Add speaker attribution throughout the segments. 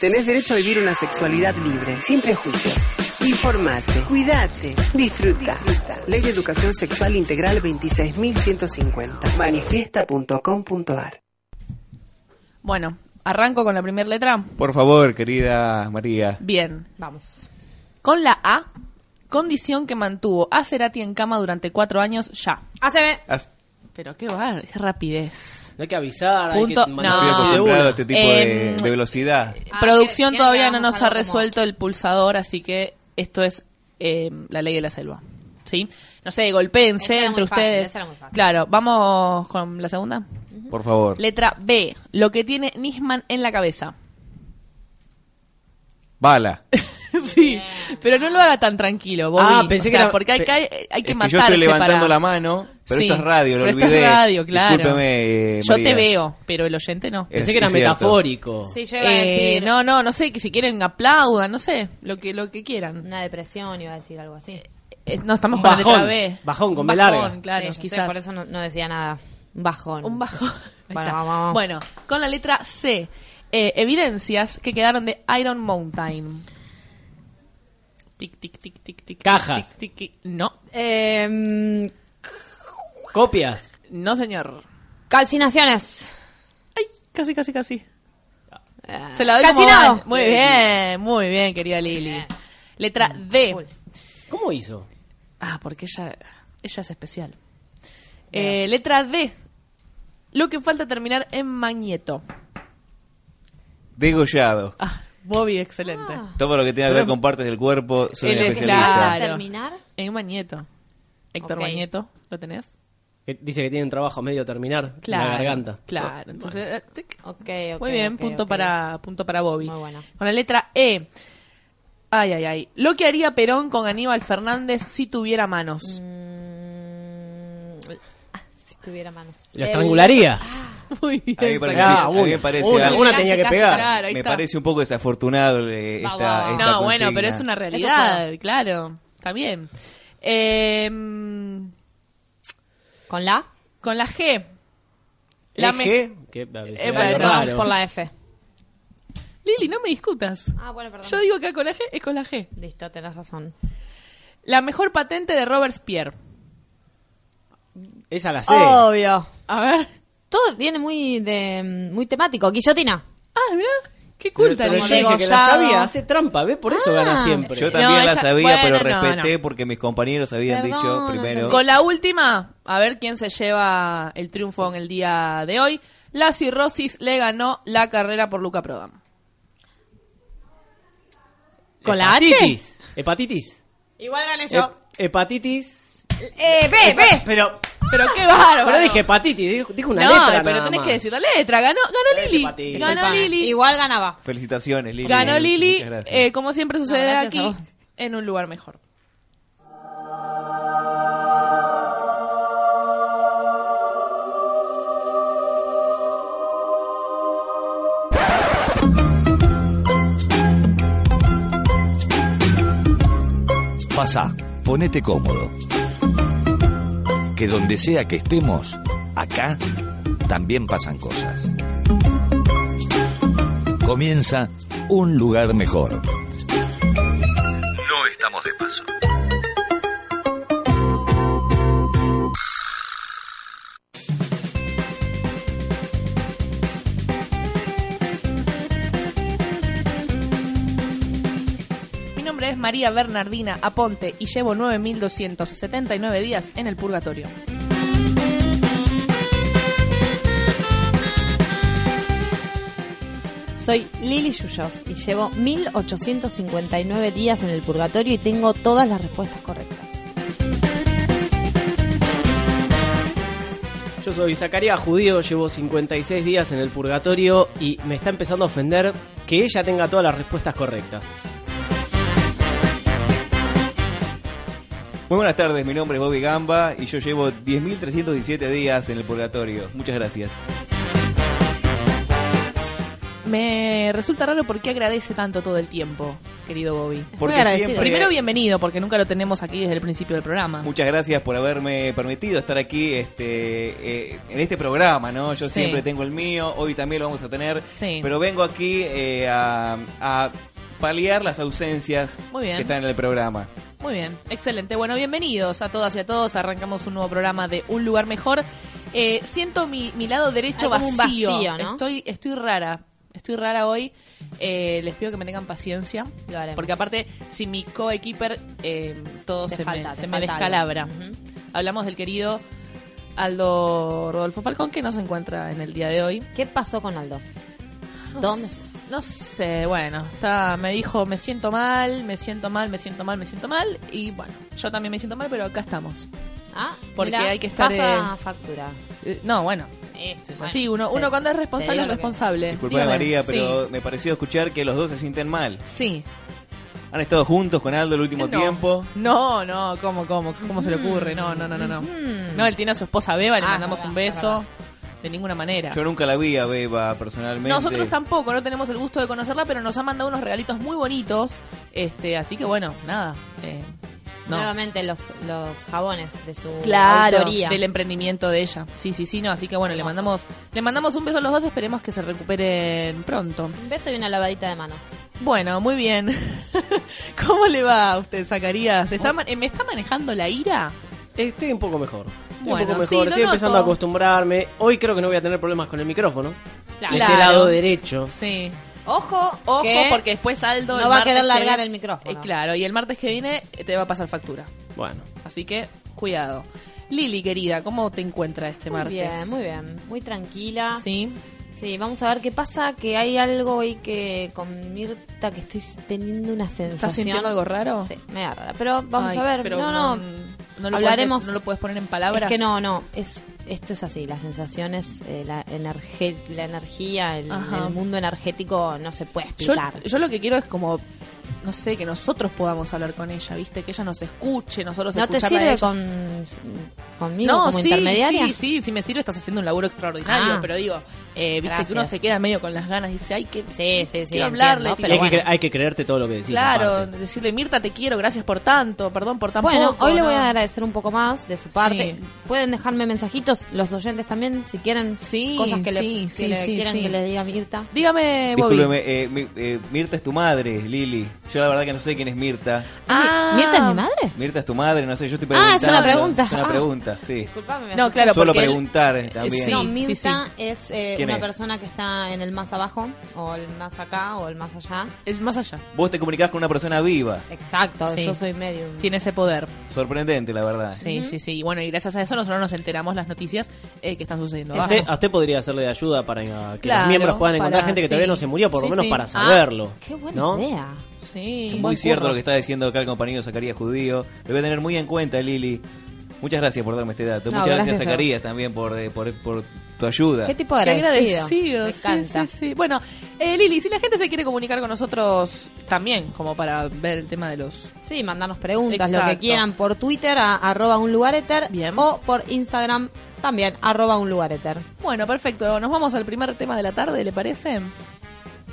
Speaker 1: Tenés derecho a vivir una sexualidad libre, sin prejuicios. Informate, cuídate, disfruta. Ley de Educación Sexual Integral 26.150. Manifiesta.com.ar.
Speaker 2: Bueno, arranco con la primera letra.
Speaker 3: Por favor, querida María.
Speaker 2: Bien.
Speaker 4: Vamos.
Speaker 2: Con la A, condición que mantuvo a Cerati en cama durante cuatro años ya.
Speaker 4: ACB.
Speaker 3: Has-
Speaker 2: Pero qué bar, qué rapidez.
Speaker 5: No hay que avisar,
Speaker 2: Punto-
Speaker 5: hay que
Speaker 3: Estoy
Speaker 2: No.
Speaker 5: así de
Speaker 3: acostumbrado
Speaker 5: una.
Speaker 3: a este tipo de,
Speaker 2: Em,
Speaker 3: de velocidad.
Speaker 4: Ah,
Speaker 2: Producción
Speaker 4: ¿quieren-
Speaker 2: todavía
Speaker 4: quieren
Speaker 2: no
Speaker 4: que
Speaker 2: nos
Speaker 4: hagamos
Speaker 2: ha
Speaker 4: algo
Speaker 2: resuelto el pulsador, así que esto es eh, la ley de la selva. ¿Sí? No sé,
Speaker 4: Esa
Speaker 2: golpéense
Speaker 4: era
Speaker 2: entre
Speaker 4: muy fácil,
Speaker 2: ustedes.
Speaker 4: esa era muy fácil.
Speaker 2: Claro, vamos con la segunda.
Speaker 3: Por favor.
Speaker 2: Letra B, lo que tiene Nisman en la cabeza.
Speaker 3: Bala.
Speaker 2: sí, pero no lo haga tan tranquilo, Bobby.
Speaker 5: Ah, pensé
Speaker 2: O sea,
Speaker 5: que era-
Speaker 2: porque hay,
Speaker 5: pe-
Speaker 2: que- hay, hay que
Speaker 3: Es
Speaker 2: matarse
Speaker 3: yo estoy levantando
Speaker 2: para-
Speaker 3: la mano, pero
Speaker 2: Sí,
Speaker 3: esto es radio, lo
Speaker 2: pero
Speaker 3: olvidé.
Speaker 2: Esto es radio, claro.
Speaker 3: Discúlpeme, eh,
Speaker 2: Yo te
Speaker 3: María. Eh,
Speaker 2: veo, pero el oyente no.
Speaker 3: Es-
Speaker 5: Pensé que era
Speaker 3: es cierto.
Speaker 5: metafórico.
Speaker 4: Sí, yo iba a
Speaker 2: Eh,
Speaker 4: decir
Speaker 2: no, no, no sé, que si quieren aplaudan, no sé, lo que lo que quieran.
Speaker 4: una depresión, iba a decir algo así.
Speaker 2: Eh, no estamos
Speaker 5: Bajón,
Speaker 2: con la letra B.
Speaker 5: bajón con B
Speaker 2: Un
Speaker 5: larga.
Speaker 2: claro,
Speaker 4: Sí, yo sé,
Speaker 2: quizás.
Speaker 4: por eso no, no decía nada. Un bajón.
Speaker 2: Un bajón. Ahí
Speaker 4: Bueno,
Speaker 2: está.
Speaker 4: vamos, vamos.
Speaker 2: Bueno, con la letra C, eh, evidencias que quedaron de Iron Mountain. Tic, tic, tic, tic, tic.
Speaker 5: Cajas.
Speaker 2: tic, tic, tic. No,
Speaker 4: Em,
Speaker 5: Copias.
Speaker 2: no señor.
Speaker 4: calcinaciones.
Speaker 2: Ay, casi, casi, casi.
Speaker 4: Eh,
Speaker 2: Se la doy como
Speaker 4: calcinado.
Speaker 2: van. Muy Ah. bien, muy bien, querida Lili. Letra D.
Speaker 4: Full.
Speaker 5: ¿Cómo hizo?
Speaker 2: Ah, porque ella, ella es especial. Eh, letra D. Lo que falta terminar en Magneto.
Speaker 3: Degollado.
Speaker 2: Ah, Bobby, excelente.
Speaker 3: Todo lo que tenga que ver con partes del cuerpo, soy
Speaker 2: Él
Speaker 3: un
Speaker 2: es
Speaker 3: especialista.
Speaker 2: claro.
Speaker 4: terminar?
Speaker 2: En Magneto. Héctor
Speaker 4: Ok.
Speaker 2: Magneto, ¿lo tenés?
Speaker 5: Que Dice que tiene un trabajo a medio terminar.
Speaker 2: Claro.
Speaker 5: La garganta.
Speaker 2: Claro. Entonces, eh, tic.
Speaker 4: Ok, ok.
Speaker 2: Muy bien,
Speaker 4: ok,
Speaker 2: punto,
Speaker 4: ok.
Speaker 2: Para, punto para Bobby.
Speaker 4: Muy buena.
Speaker 2: Con la letra E. Ay, ay, ay. Lo que haría Perón con Aníbal Fernández si tuviera manos.
Speaker 4: Mm, ah, si tuviera manos.
Speaker 5: Lo estrangularía. Ah,
Speaker 2: Muy bien.
Speaker 3: A mí me parece,
Speaker 2: sacado.
Speaker 3: a mí me parece
Speaker 5: Una,
Speaker 3: algo-
Speaker 5: una tenía que
Speaker 4: Casi, casi,
Speaker 5: pegar.
Speaker 2: Claro, ahí
Speaker 3: me
Speaker 2: está.
Speaker 3: parece un poco desafortunado eh, esta,
Speaker 4: va.
Speaker 3: esta
Speaker 2: No, bueno,
Speaker 3: consigna.
Speaker 2: pero es una realidad, claro. Está bien. Em,
Speaker 4: ¿Con la?
Speaker 2: con la G. La me-
Speaker 5: Eje, que- a ver,
Speaker 2: Eh,
Speaker 5: algo
Speaker 2: bueno,
Speaker 4: vamos
Speaker 5: raro.
Speaker 4: por la F.
Speaker 2: Lili, no me discutas.
Speaker 4: Ah, bueno, perdón.
Speaker 2: Yo digo que con la G es con la G.
Speaker 4: Listo, tenés razón.
Speaker 2: La mejor patente de Robespierre.
Speaker 5: Esa la sé.
Speaker 2: Oh.
Speaker 4: Obvio.
Speaker 2: A ver.
Speaker 4: Todo viene muy de muy temático. Guillotina.
Speaker 2: Ah, mirá. Qué
Speaker 5: Pero-
Speaker 2: culta,
Speaker 5: pero
Speaker 2: Lili.
Speaker 5: yo dije que la
Speaker 4: Degollado.
Speaker 5: sabía. Hace trampa, ¿ves? Por eso
Speaker 4: Ah.
Speaker 5: gana siempre.
Speaker 3: Yo también
Speaker 2: No,
Speaker 3: la
Speaker 2: ella-
Speaker 3: sabía, pero
Speaker 2: bueno, no,
Speaker 3: respeté
Speaker 2: no.
Speaker 3: porque mis compañeros habían
Speaker 4: Perdón,
Speaker 3: dicho
Speaker 4: no
Speaker 3: primero.
Speaker 2: Con la última, a ver quién se lleva el triunfo en el día de hoy. La cirrosis le ganó la carrera por Luca Prodan.
Speaker 4: ¿Con la H?
Speaker 5: Hepatitis. Hepatitis.
Speaker 4: Igual gané
Speaker 5: Hep- hepatitis.
Speaker 4: Eh, B, B.
Speaker 5: Pero,
Speaker 2: Pero qué bárbaro.
Speaker 5: pero dije hepatitis. dijo- Dijo una
Speaker 2: no,
Speaker 5: letra.
Speaker 2: pero
Speaker 5: nada
Speaker 2: tenés
Speaker 5: más.
Speaker 2: que decir la letra. Ganó, ganó
Speaker 5: Pero
Speaker 2: Lili.
Speaker 5: ese
Speaker 2: Ganó
Speaker 4: Disculpame.
Speaker 2: Lili.
Speaker 4: Igual ganaba.
Speaker 3: Felicitaciones, Lili.
Speaker 2: Ganó Lili,
Speaker 3: Muchas gracias.
Speaker 2: eh, como siempre sucede
Speaker 4: gracias a
Speaker 2: aquí,
Speaker 4: vos.
Speaker 2: en un lugar mejor.
Speaker 6: Pasa, ponete cómodo. Que donde sea que estemos, acá también pasan cosas. Comienza un lugar mejor. No estamos de paso.
Speaker 2: Mi nombre es María Bernardina Aponte y llevo 9.279 días en el purgatorio.
Speaker 4: Soy Lili Yuyos y llevo 1859 días en el purgatorio y tengo todas las respuestas correctas.
Speaker 5: Yo soy Zacarías Judío, llevo 56 días en el purgatorio y me está empezando a ofender que ella tenga todas las respuestas correctas.
Speaker 3: Muy buenas tardes, mi nombre es Bobby Gamba y yo llevo 10.317 días en el purgatorio. Muchas gracias.
Speaker 2: me resulta raro por qué agradece tanto todo el tiempo, querido Bobby.
Speaker 3: Porque
Speaker 4: agradecido.
Speaker 3: siempre-
Speaker 2: Primero, bienvenido, porque nunca lo tenemos aquí desde el principio del programa.
Speaker 3: Muchas gracias por haberme permitido estar aquí este, eh, en este programa, ¿no? Yo
Speaker 2: Sí.
Speaker 3: siempre tengo el mío, hoy también lo vamos a tener.
Speaker 2: Sí.
Speaker 3: Pero vengo aquí eh, a, a paliar las ausencias
Speaker 2: Muy bien.
Speaker 3: que están en el programa.
Speaker 2: Muy bien, excelente. Bueno, bienvenidos a todas y a todos. Arrancamos un nuevo programa de Un Lugar Mejor. Eh, siento mi, mi lado derecho
Speaker 4: Hay como un
Speaker 2: vacío.
Speaker 4: vacío, ¿no?
Speaker 2: Estoy, estoy rara. Estoy rara hoy. Eh, les pido que me tengan paciencia.
Speaker 4: Lo haremos.
Speaker 2: Porque aparte, si mi co-equiper, eh, todo
Speaker 4: Te
Speaker 2: se,
Speaker 4: falta,
Speaker 2: me,
Speaker 4: te
Speaker 2: se me
Speaker 4: falta
Speaker 2: descalabra.
Speaker 4: algo. Ujú.
Speaker 2: Hablamos del querido Aldo Rodolfo Falcón, que no se encuentra en el día de hoy.
Speaker 4: ¿Qué pasó con Aldo?
Speaker 2: No
Speaker 4: ¿Dónde?
Speaker 2: s- No sé, bueno, está, me dijo, me siento mal, me siento mal, me siento mal, me siento mal. Y bueno, yo también me siento mal, pero acá estamos.
Speaker 4: Ah,
Speaker 2: Porque
Speaker 4: mirá,
Speaker 2: hay que estar,
Speaker 4: Pasa
Speaker 2: eh,
Speaker 4: factura.
Speaker 2: Eh, no, bueno, esto es así. Uno,
Speaker 4: sí.
Speaker 2: uno cuando es
Speaker 4: Te
Speaker 2: responsable es
Speaker 4: digo lo que-
Speaker 2: responsable.
Speaker 3: Disculpa
Speaker 2: Dígame.
Speaker 3: María, pero
Speaker 2: Sí.
Speaker 3: me pareció escuchar que los dos se sienten mal.
Speaker 2: Sí.
Speaker 3: Han estado juntos con Aldo el último
Speaker 2: No.
Speaker 3: tiempo.
Speaker 2: No, no, ¿cómo, cómo? ¿Cómo se le ocurre? No, no, no, no. No,
Speaker 4: Mm.
Speaker 2: no él tiene a su esposa Beba, le
Speaker 4: Ah,
Speaker 2: mandamos
Speaker 4: verdad,
Speaker 2: un beso. De ninguna manera.
Speaker 3: Yo nunca la vi a Beba personalmente.
Speaker 2: Nosotros tampoco, no tenemos el gusto de conocerla, pero nos ha mandado unos regalitos muy bonitos. Este, así que bueno, nada. eh, no.
Speaker 4: Nuevamente los, los jabones de su
Speaker 2: Claro,
Speaker 4: autoría.
Speaker 2: del em- emprendimiento de ella. Sí, sí, sí, no, así que bueno, le mandamos le mandamos un beso a los dos, esperemos que se recuperen pronto.
Speaker 4: Un beso y una lavadita de manos.
Speaker 2: Bueno, muy bien. ¿Cómo le va a usted, Zacarías? ¿Está ma- eh, ¿Me está manejando la ira?
Speaker 5: Estoy un poco mejor. Estoy
Speaker 2: Bueno,
Speaker 5: un poco
Speaker 2: sí,
Speaker 5: mejor.
Speaker 2: lo
Speaker 5: Estoy empezando a
Speaker 2: noto.
Speaker 5: acostumbrarme. Hoy creo que no voy a tener problemas con el micrófono. De
Speaker 2: Claro.
Speaker 5: este lado derecho.
Speaker 2: Sí.
Speaker 4: Ojo,
Speaker 2: Ojo,
Speaker 4: que
Speaker 2: porque después Aldo...
Speaker 4: no
Speaker 2: el
Speaker 4: va a querer
Speaker 2: martes que-
Speaker 4: largar el micrófono.
Speaker 2: Eh, claro, y el martes que viene eh, te va a pasar factura.
Speaker 5: Bueno,
Speaker 2: Así que, cuidado. Lili, querida, ¿cómo te encuentra este
Speaker 4: Muy
Speaker 2: martes?
Speaker 4: bien, muy bien. Muy tranquila.
Speaker 2: Sí.
Speaker 4: Sí, vamos a ver qué pasa, que hay algo hoy que con Mirta que estoy teniendo una sensación.
Speaker 2: ¿Estás sintiendo algo raro?
Speaker 4: Sí, me da rara. Pero vamos
Speaker 2: Ay,
Speaker 4: a ver.
Speaker 2: pero
Speaker 4: no, no.
Speaker 2: no, no lo
Speaker 4: Hablaremos.
Speaker 2: podés- no lo puedes poner en palabras.
Speaker 4: Es que no, no. Es, esto es así. Las sensaciones, eh, la, energe- la energía, el,
Speaker 2: Ajá.
Speaker 4: el mundo energético no se puede
Speaker 2: Yo,
Speaker 4: explicar.
Speaker 2: yo lo que quiero es como, no sé, que nosotros podamos hablar con ella, ¿viste? Que ella nos escuche, nosotros
Speaker 4: ¿No te
Speaker 2: escucharla a
Speaker 4: sirve
Speaker 2: ella.
Speaker 4: con, conmigo
Speaker 2: no,
Speaker 4: como
Speaker 2: sí,
Speaker 4: intermediaria?
Speaker 2: sí, sí, si me sirve estás haciendo un laburo extraordinario,
Speaker 4: Ah.
Speaker 2: pero digo, eh, viste que uno
Speaker 4: Gracias.
Speaker 2: se queda medio con las ganas y dice, ay, que...
Speaker 4: Sí, sí, sí,
Speaker 2: Quiero
Speaker 4: entiendo,
Speaker 2: hablarle,
Speaker 4: pero
Speaker 5: hay,
Speaker 2: bueno.
Speaker 5: que cre- hay que creerte todo lo que decís.
Speaker 2: Claro,
Speaker 5: aparte.
Speaker 2: decirle, Mirta, te quiero, gracias por tanto, perdón por tan
Speaker 4: Bueno,
Speaker 2: poco,
Speaker 4: hoy le
Speaker 2: ¿no?
Speaker 4: voy a agradecer un poco más de su parte.
Speaker 2: Sí.
Speaker 4: Pueden dejarme mensajitos, los oyentes también, si quieren.
Speaker 2: Sí,
Speaker 4: cosas que, le,
Speaker 2: sí,
Speaker 4: que
Speaker 2: sí,
Speaker 4: le
Speaker 2: sí,
Speaker 4: quieran
Speaker 2: sí.
Speaker 4: que le diga Mirta.
Speaker 2: Dígame, Bobby.
Speaker 3: Discúlpeme, eh, mi- eh, Mirta es tu madre, Lili. Yo la verdad que no sé quién es Mirta.
Speaker 2: Ah.
Speaker 4: ¿Mirta es mi madre?
Speaker 3: Mirta es tu madre, no sé, yo estoy
Speaker 4: Ah,
Speaker 3: preguntando.
Speaker 4: es una pregunta.
Speaker 3: Es una
Speaker 4: Ah.
Speaker 3: pregunta, sí.
Speaker 4: Disculpame, me
Speaker 2: No,
Speaker 4: asusté.
Speaker 2: claro,
Speaker 3: Suelo
Speaker 2: porque él-
Speaker 3: preguntar
Speaker 2: eh,
Speaker 3: también.
Speaker 2: sí.
Speaker 4: No,
Speaker 2: mi-
Speaker 4: Mirta
Speaker 2: sí.
Speaker 4: es eh,
Speaker 3: ¿Quién
Speaker 4: una
Speaker 3: es?
Speaker 4: persona que está en el más abajo, o el más acá, o el más allá.
Speaker 2: Es más allá,
Speaker 3: Vos te comunicás con una persona viva.
Speaker 4: Exacto,
Speaker 2: Sí.
Speaker 4: yo soy medium.
Speaker 2: tiene ese poder.
Speaker 3: Sorprendente, la verdad.
Speaker 2: Sí, sí, sí. Y bueno, y gracias a eso nosotros nos enteramos las noticias eh, que están sucediendo.
Speaker 5: A
Speaker 2: abajo.
Speaker 5: usted, a usted podría hacerle de ayuda para que
Speaker 2: Claro,
Speaker 5: Este, los miembros puedan encontrar
Speaker 2: para-
Speaker 5: gente que
Speaker 2: sí.
Speaker 5: todavía no se murió, por
Speaker 2: Sí,
Speaker 5: lo menos
Speaker 2: sí.
Speaker 5: para
Speaker 2: Ah,
Speaker 5: saberlo.
Speaker 4: Qué buena
Speaker 5: ¿no?
Speaker 4: idea.
Speaker 2: Sí.
Speaker 3: Muy
Speaker 4: buen
Speaker 3: cierto
Speaker 4: curro.
Speaker 3: lo que está diciendo acá el compañero Zacarías Judío. Lo voy a tener muy en cuenta, Lili. Muchas gracias por darme este dato.
Speaker 4: No,
Speaker 3: Muchas gracias,
Speaker 4: gracias a
Speaker 3: Zacarías, también por, eh, por, por tu ayuda.
Speaker 4: ¿Qué tipo de
Speaker 2: Qué
Speaker 4: agradecido?
Speaker 2: agradecido.
Speaker 4: Me
Speaker 2: sí,
Speaker 4: encanta.
Speaker 2: sí, sí. Bueno, eh, Lili, si la gente se quiere comunicar con nosotros también, como para ver el tema de los...
Speaker 4: Sí, mandarnos preguntas, lo que
Speaker 2: Exacto.
Speaker 4: quieran, por Twitter a arroba un lugar éter,
Speaker 2: Bien.
Speaker 4: o por Instagram también, arroba un lugar éter.
Speaker 2: Bueno, perfecto. Nos vamos al primer tema de la tarde, ¿le parece?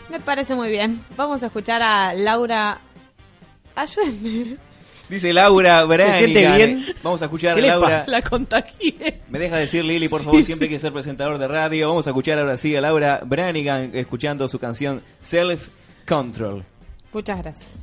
Speaker 4: Me parece muy bien. Vamos a escuchar a Laura. Ayúdenme.
Speaker 3: Dice Laura Branigan. eh,
Speaker 5: siente bien?
Speaker 3: Vamos a escuchar a
Speaker 5: ¿Qué le
Speaker 3: Laura.
Speaker 5: pasa?
Speaker 2: La contagié.
Speaker 3: Me deja decir, Lili, por favor, siempre hay que ser presentador de radio. Vamos a escuchar ahora sí a Laura Branigan escuchando su canción Self Control.
Speaker 4: Muchas gracias.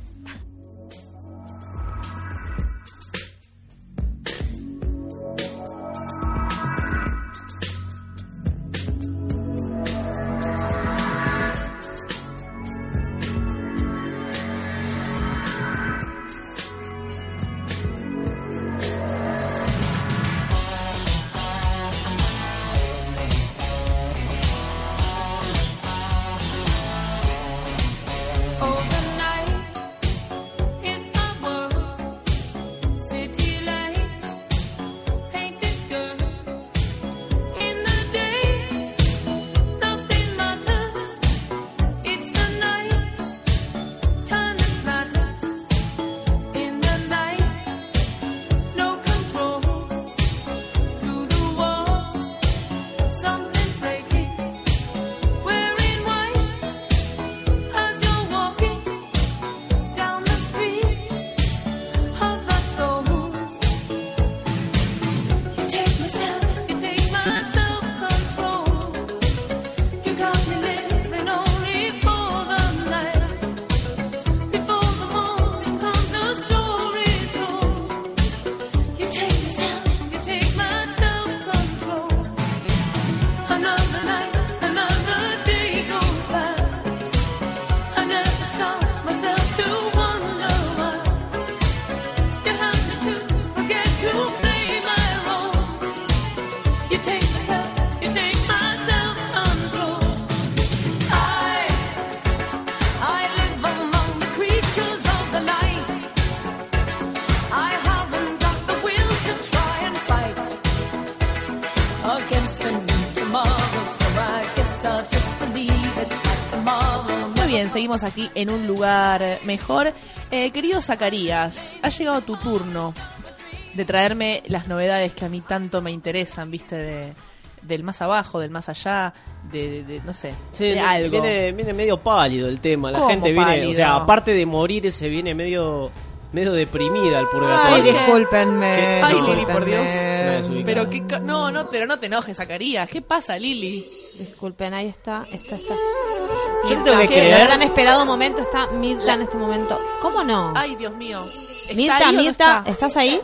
Speaker 7: Overnight,
Speaker 2: bien, seguimos aquí en un lugar mejor. Eh, querido Zacarías, ha llegado tu turno de traerme las novedades que a mí tanto me interesan, viste, de, del más abajo, del más allá, de, de- de- no sé,
Speaker 5: Sí,
Speaker 2: de algo.
Speaker 5: Viene, viene medio pálido el tema. La
Speaker 2: ¿Cómo
Speaker 5: gente viene,
Speaker 2: pálido?
Speaker 5: o sea, aparte de morir, se viene medio, medio deprimida al
Speaker 4: Ay,
Speaker 5: purgatorio.
Speaker 2: Oye.
Speaker 4: discúlpenme.
Speaker 5: Ay,
Speaker 4: discúlpenme.
Speaker 2: Lili, por Dios.
Speaker 5: Se la desubica.
Speaker 2: Pero que no, no, pero no te enojes, Zacarías. ¿Qué pasa, Lili?
Speaker 4: Disculpen, ahí está, está, está.
Speaker 5: Yo no tengo que
Speaker 4: Mirta,
Speaker 5: creer.
Speaker 4: el tan esperado momento está Mirta en este momento. ¿Cómo no?
Speaker 2: Ay, Dios mío. ¿Está ahí
Speaker 4: Mirta,
Speaker 2: o no
Speaker 4: Mirta,
Speaker 2: está?
Speaker 4: ¿estás ahí?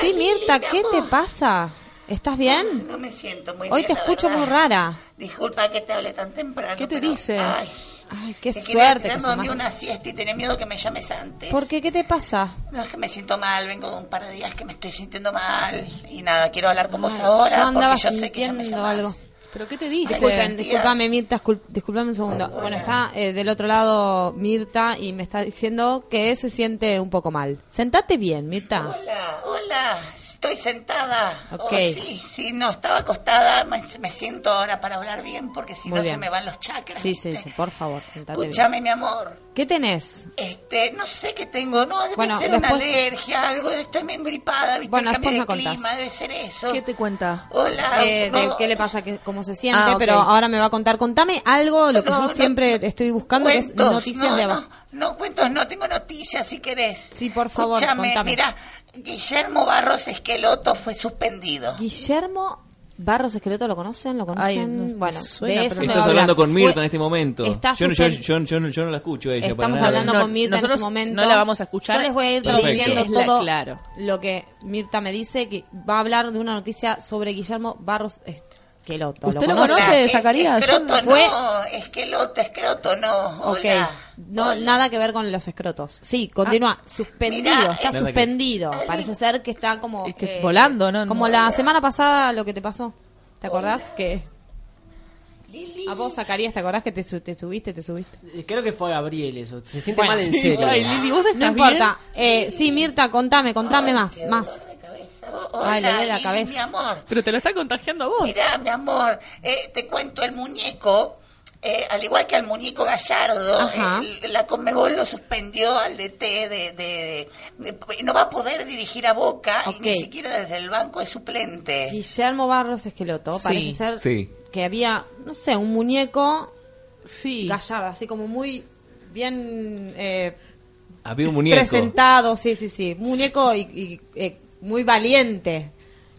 Speaker 4: sí, Mirta, ¿qué te pasa? ¿Estás bien?
Speaker 7: No me siento muy
Speaker 4: Hoy
Speaker 7: bien,
Speaker 4: te
Speaker 7: la
Speaker 4: escucho
Speaker 7: verdad.
Speaker 4: muy rara.
Speaker 7: Disculpa que te hable tan temprano.
Speaker 2: ¿Qué te
Speaker 7: pero,
Speaker 2: dice?
Speaker 7: Ay,
Speaker 4: Ay, qué
Speaker 7: te quería
Speaker 4: suerte que
Speaker 7: tirarme a mí
Speaker 4: llamaste.
Speaker 7: una siesta y tenía miedo que me llames antes.
Speaker 4: ¿Por qué? ¿Qué te pasa?
Speaker 7: No es que me siento mal, vengo de un par de días que me estoy sintiendo mal. Y nada, quiero hablar con vos
Speaker 4: Ay,
Speaker 7: ahora
Speaker 4: yo andaba
Speaker 7: porque yo sé que ya me
Speaker 4: sintiendo
Speaker 7: llamás.
Speaker 4: algo.
Speaker 2: ¿Pero qué te dice?
Speaker 4: Disculpen,
Speaker 7: Días.
Speaker 4: disculpame Mirta, discul- disculpame un segundo. Bueno, está eh, del otro lado Mirta y me está diciendo que se siente un poco mal. Sentate bien, Mirta.
Speaker 7: Hola, hola, estoy sentada.
Speaker 4: Ok.
Speaker 7: Oh, sí, sí, no, estaba acostada. Me, me siento ahora para hablar bien porque si
Speaker 4: Muy
Speaker 7: no
Speaker 4: bien.
Speaker 7: se me van los chakras.
Speaker 4: Sí, sí,
Speaker 7: ¿viste?
Speaker 4: sí, por favor, sentate bien.
Speaker 7: Escúchame, mi amor.
Speaker 4: ¿Qué tenés?
Speaker 7: Este, no sé qué tengo, ¿no? Debe
Speaker 4: Bueno,
Speaker 7: ser una
Speaker 4: después-
Speaker 7: alergia, algo, estoy medio engripada, ¿viste?
Speaker 4: Bueno,
Speaker 7: el cambio
Speaker 4: después
Speaker 7: de
Speaker 4: me contás.
Speaker 7: clima, debe ser eso.
Speaker 2: ¿Qué te cuenta?
Speaker 7: Hola.
Speaker 4: Eh, de
Speaker 7: no.
Speaker 4: qué le pasa, que, cómo se siente,
Speaker 2: Ah, ok.
Speaker 4: pero ahora me va a contar. Contame algo, lo que
Speaker 7: No,
Speaker 4: yo
Speaker 7: no,
Speaker 4: siempre estoy buscando, que es
Speaker 7: Cuentos,
Speaker 4: noticias
Speaker 7: no,
Speaker 4: de abajo.
Speaker 7: No, no, cuentos, no tengo noticias, si querés.
Speaker 4: Sí, por favor,
Speaker 7: Escúchame,
Speaker 4: contame.
Speaker 7: mira, Guillermo Barros Esqueloto fue suspendido.
Speaker 4: Guillermo Barros Esqueleto, ¿lo conocen? ¿Lo conocen?
Speaker 2: Ay, no,
Speaker 4: bueno,
Speaker 2: suena,
Speaker 4: de
Speaker 2: pero no. Estás
Speaker 4: eso me va a
Speaker 3: Estás
Speaker 4: hablar.
Speaker 3: hablando con Mirta
Speaker 4: Fue-
Speaker 3: en este momento.
Speaker 4: Está
Speaker 3: yo, no, yo,
Speaker 4: súper-
Speaker 3: yo, yo no- yo no la escucho a ella. para
Speaker 4: Estamos
Speaker 3: nada.
Speaker 4: hablando
Speaker 2: No,
Speaker 4: con Mirta en
Speaker 2: nosotros
Speaker 4: este momento.
Speaker 2: no la vamos a escuchar.
Speaker 4: Yo les voy a ir
Speaker 3: Perfecto.
Speaker 4: diciendo
Speaker 2: Es la-
Speaker 4: todo
Speaker 2: claro.
Speaker 4: lo que Mirta me dice, que va a hablar de una noticia sobre Guillermo Barros Esqueloto.
Speaker 2: ¿Usted lo
Speaker 7: O sea,
Speaker 2: conoce,
Speaker 7: es-
Speaker 2: Zacarías?
Speaker 7: Escroto,
Speaker 4: Yo no- fue-
Speaker 7: no, Esqueloto, Escroto, no.
Speaker 4: Ok,
Speaker 7: Oh, Hola. Ah,
Speaker 4: no, nada que ver con los escrotos. Sí, continúa. suspendido,
Speaker 7: Mirá,
Speaker 4: está
Speaker 7: Nada
Speaker 3: que-
Speaker 4: suspendido. Parece ser que está como. eh,
Speaker 2: Es que volando, ¿no?
Speaker 4: Como
Speaker 2: No.
Speaker 4: la semana pasada lo que te pasó. ¿Te acordás que.? A vos, Zacarías, ¿te acordás que te, su- te subiste, te subiste?
Speaker 5: Eh, Creo que fue Gabriel eso. Se siente
Speaker 4: Bueno,
Speaker 5: mal en
Speaker 4: sí.
Speaker 5: serio.
Speaker 2: Ay, Lili, ¿vos estás
Speaker 4: No importa. Eh, sí, Mirta, contame, contame más, más.
Speaker 7: Oh,
Speaker 4: Ay, le
Speaker 7: hola,
Speaker 4: duele la
Speaker 7: Lili,
Speaker 4: cabeza.
Speaker 7: Mi amor.
Speaker 2: bien? Pero te lo está contagiando a vos.
Speaker 7: Mirá, mi amor, eh, te cuento, el muñeco, eh, al igual que al muñeco Gallardo,
Speaker 4: Ajá.
Speaker 7: eh, la Conmebol lo suspendió al DT de, de- de- de- No va a poder dirigir a Boca,
Speaker 4: Ok.
Speaker 7: y ni siquiera desde el banco de suplente.
Speaker 4: Guillermo Barros Esqueloto,
Speaker 2: Sí,
Speaker 4: parece ser
Speaker 3: sí.
Speaker 4: que había, no sé, un muñeco
Speaker 2: Sí.
Speaker 4: gallardo, así como muy bien eh,
Speaker 3: Había un muñeco.
Speaker 4: presentado, sí, sí, sí, muñeco y, y, eh, muy valiente.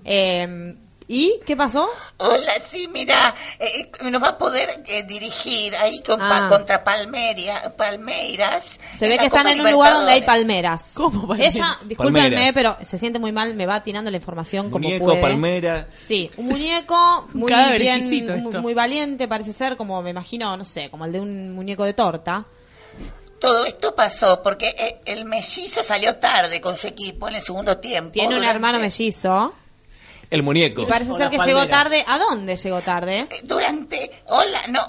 Speaker 4: Eh, ¿Y qué pasó?
Speaker 7: Hola, sí, mira, eh, no va a poder eh, dirigir ahí con,
Speaker 4: Ah.
Speaker 7: pa- contra Palmeria, Palmeiras.
Speaker 4: Se ve
Speaker 7: la
Speaker 4: que están
Speaker 7: Copa
Speaker 4: en un lugar donde hay
Speaker 7: Libertadores.
Speaker 4: palmeras.
Speaker 2: ¿Cómo palmeras?
Speaker 4: Ella, discúlpenme,
Speaker 3: Palmeras.
Speaker 4: pero se siente muy mal, me va tirando la información como
Speaker 3: Muñeco,
Speaker 4: puede.
Speaker 3: palmera.
Speaker 4: Sí, un muñeco muy
Speaker 2: cadáver
Speaker 4: bien,
Speaker 2: exquisito esto.
Speaker 4: muy, muy valiente, parece ser como, me imagino, no sé, como el de un muñeco de torta.
Speaker 7: Todo esto pasó porque eh, el mellizo salió tarde con su equipo en el segundo tiempo.
Speaker 4: Tiene un
Speaker 7: Durante-
Speaker 4: hermano mellizo.
Speaker 3: El muñeco.
Speaker 4: Y parece
Speaker 5: Hola,
Speaker 4: ser que
Speaker 5: Palmeras.
Speaker 4: llegó tarde. ¿A dónde llegó tarde?
Speaker 7: Eh, durante, hola, no,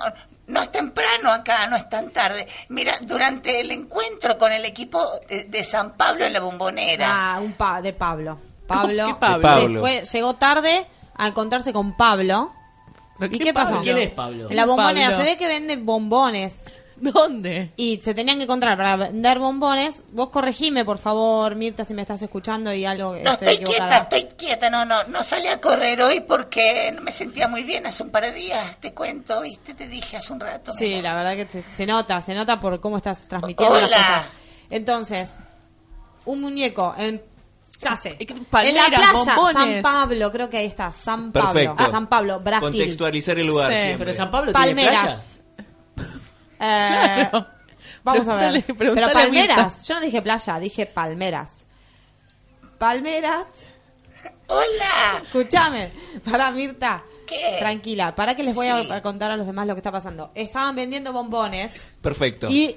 Speaker 7: no es temprano acá, no es tan tarde. Mira, durante el encuentro con el equipo de, de San Pablo en la bombonera.
Speaker 4: Ah, un pa- de Pablo. Pablo.
Speaker 2: ¿Qué Pablo?
Speaker 3: De Pablo.
Speaker 4: Se fue- llegó tarde a encontrarse con Pablo.
Speaker 2: ¿Pero
Speaker 4: ¿Y qué pasó?
Speaker 2: Pablo?
Speaker 5: ¿Quién es Pablo?
Speaker 4: En la bombonera.
Speaker 2: Pablo.
Speaker 4: Se ve que venden bombones.
Speaker 2: ¿Dónde?
Speaker 4: Y se tenían que encontrar para vender bombones. Vos corregime, por favor, Mirta, si me estás escuchando y algo que
Speaker 7: no
Speaker 4: estoy
Speaker 7: estoy quieta,
Speaker 4: equivocada.
Speaker 7: estoy quieta, no, no, no salí a correr hoy porque no me sentía muy bien hace un par de días, te cuento, viste, te dije hace un rato. mi
Speaker 4: Sí,
Speaker 7: amor.
Speaker 4: la verdad que se, se nota, se nota por cómo estás transmitiendo las
Speaker 7: Hola.
Speaker 4: cosas. Entonces, un muñeco en ya sé,
Speaker 2: Eh, palmeras,
Speaker 4: en la playa
Speaker 2: bombones.
Speaker 4: San Pablo, creo que ahí está, San Pablo,
Speaker 3: Perfecto.
Speaker 4: Ah, San Pablo, Brasil.
Speaker 3: Contextualizar el lugar
Speaker 2: Sí.
Speaker 3: siempre.
Speaker 5: Pero San Pablo tiene playa.
Speaker 4: Palmeras. Eh,
Speaker 2: Claro.
Speaker 4: Vamos a ver.
Speaker 2: Preguntale- preguntale
Speaker 4: Pero
Speaker 2: a Mirta.
Speaker 4: palmeras, yo no dije playa, dije palmeras. Palmeras.
Speaker 7: Hola,
Speaker 4: Escúchame, para Mirta.
Speaker 7: ¿Qué?
Speaker 4: Tranquila, para que les voy
Speaker 7: Sí.
Speaker 4: a contar a los demás lo que está pasando. Estaban vendiendo bombones
Speaker 3: Perfecto.
Speaker 4: y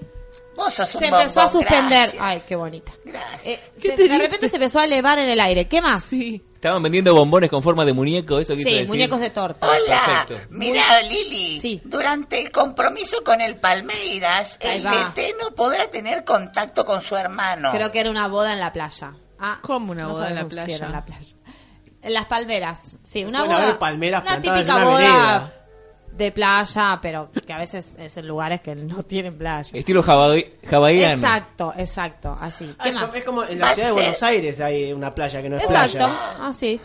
Speaker 7: vos sos un
Speaker 4: se empezó a
Speaker 7: bombón,
Speaker 4: suspender.
Speaker 7: gracias.
Speaker 4: Ay, qué bonita.
Speaker 7: Gracias.
Speaker 4: Eh,
Speaker 2: ¿Qué
Speaker 4: se-
Speaker 2: te
Speaker 4: de
Speaker 2: dice?
Speaker 4: repente se empezó a elevar en el aire. ¿Qué más? Sí,
Speaker 2: Sí.
Speaker 3: Estaban vendiendo bombones con forma de muñeco, eso quiso decir.
Speaker 4: muñecos de torta.
Speaker 2: Ah,
Speaker 7: Hola,
Speaker 3: Perfecto.
Speaker 7: mira Lili,
Speaker 4: Sí.
Speaker 7: durante el compromiso con el Palmeiras,
Speaker 4: Ahí
Speaker 7: el
Speaker 4: va.
Speaker 7: DT no podrá tener contacto con su hermano.
Speaker 4: Creo que era una boda en la playa. Ah,
Speaker 2: ¿Cómo una boda en la
Speaker 4: sabemos si
Speaker 2: playa?
Speaker 4: era en la playa. En las palmeras. Sí, una
Speaker 5: Pueden
Speaker 4: boda.
Speaker 5: haber palmeras
Speaker 4: una
Speaker 5: plantadas en
Speaker 4: típica
Speaker 5: una
Speaker 4: boda
Speaker 5: vereda.
Speaker 4: de playa, pero que a veces es en lugares que no tienen playa.
Speaker 3: Estilo jabadi- hawaiano.
Speaker 4: Exacto, exacto, así.
Speaker 5: Ah,
Speaker 4: ¿Qué
Speaker 5: es
Speaker 4: más?
Speaker 5: como- Es como en
Speaker 7: Va
Speaker 5: la
Speaker 7: a
Speaker 5: ciudad de
Speaker 7: ser.
Speaker 5: Buenos Aires hay una playa que no es
Speaker 4: Exacto,
Speaker 5: playa.
Speaker 4: así.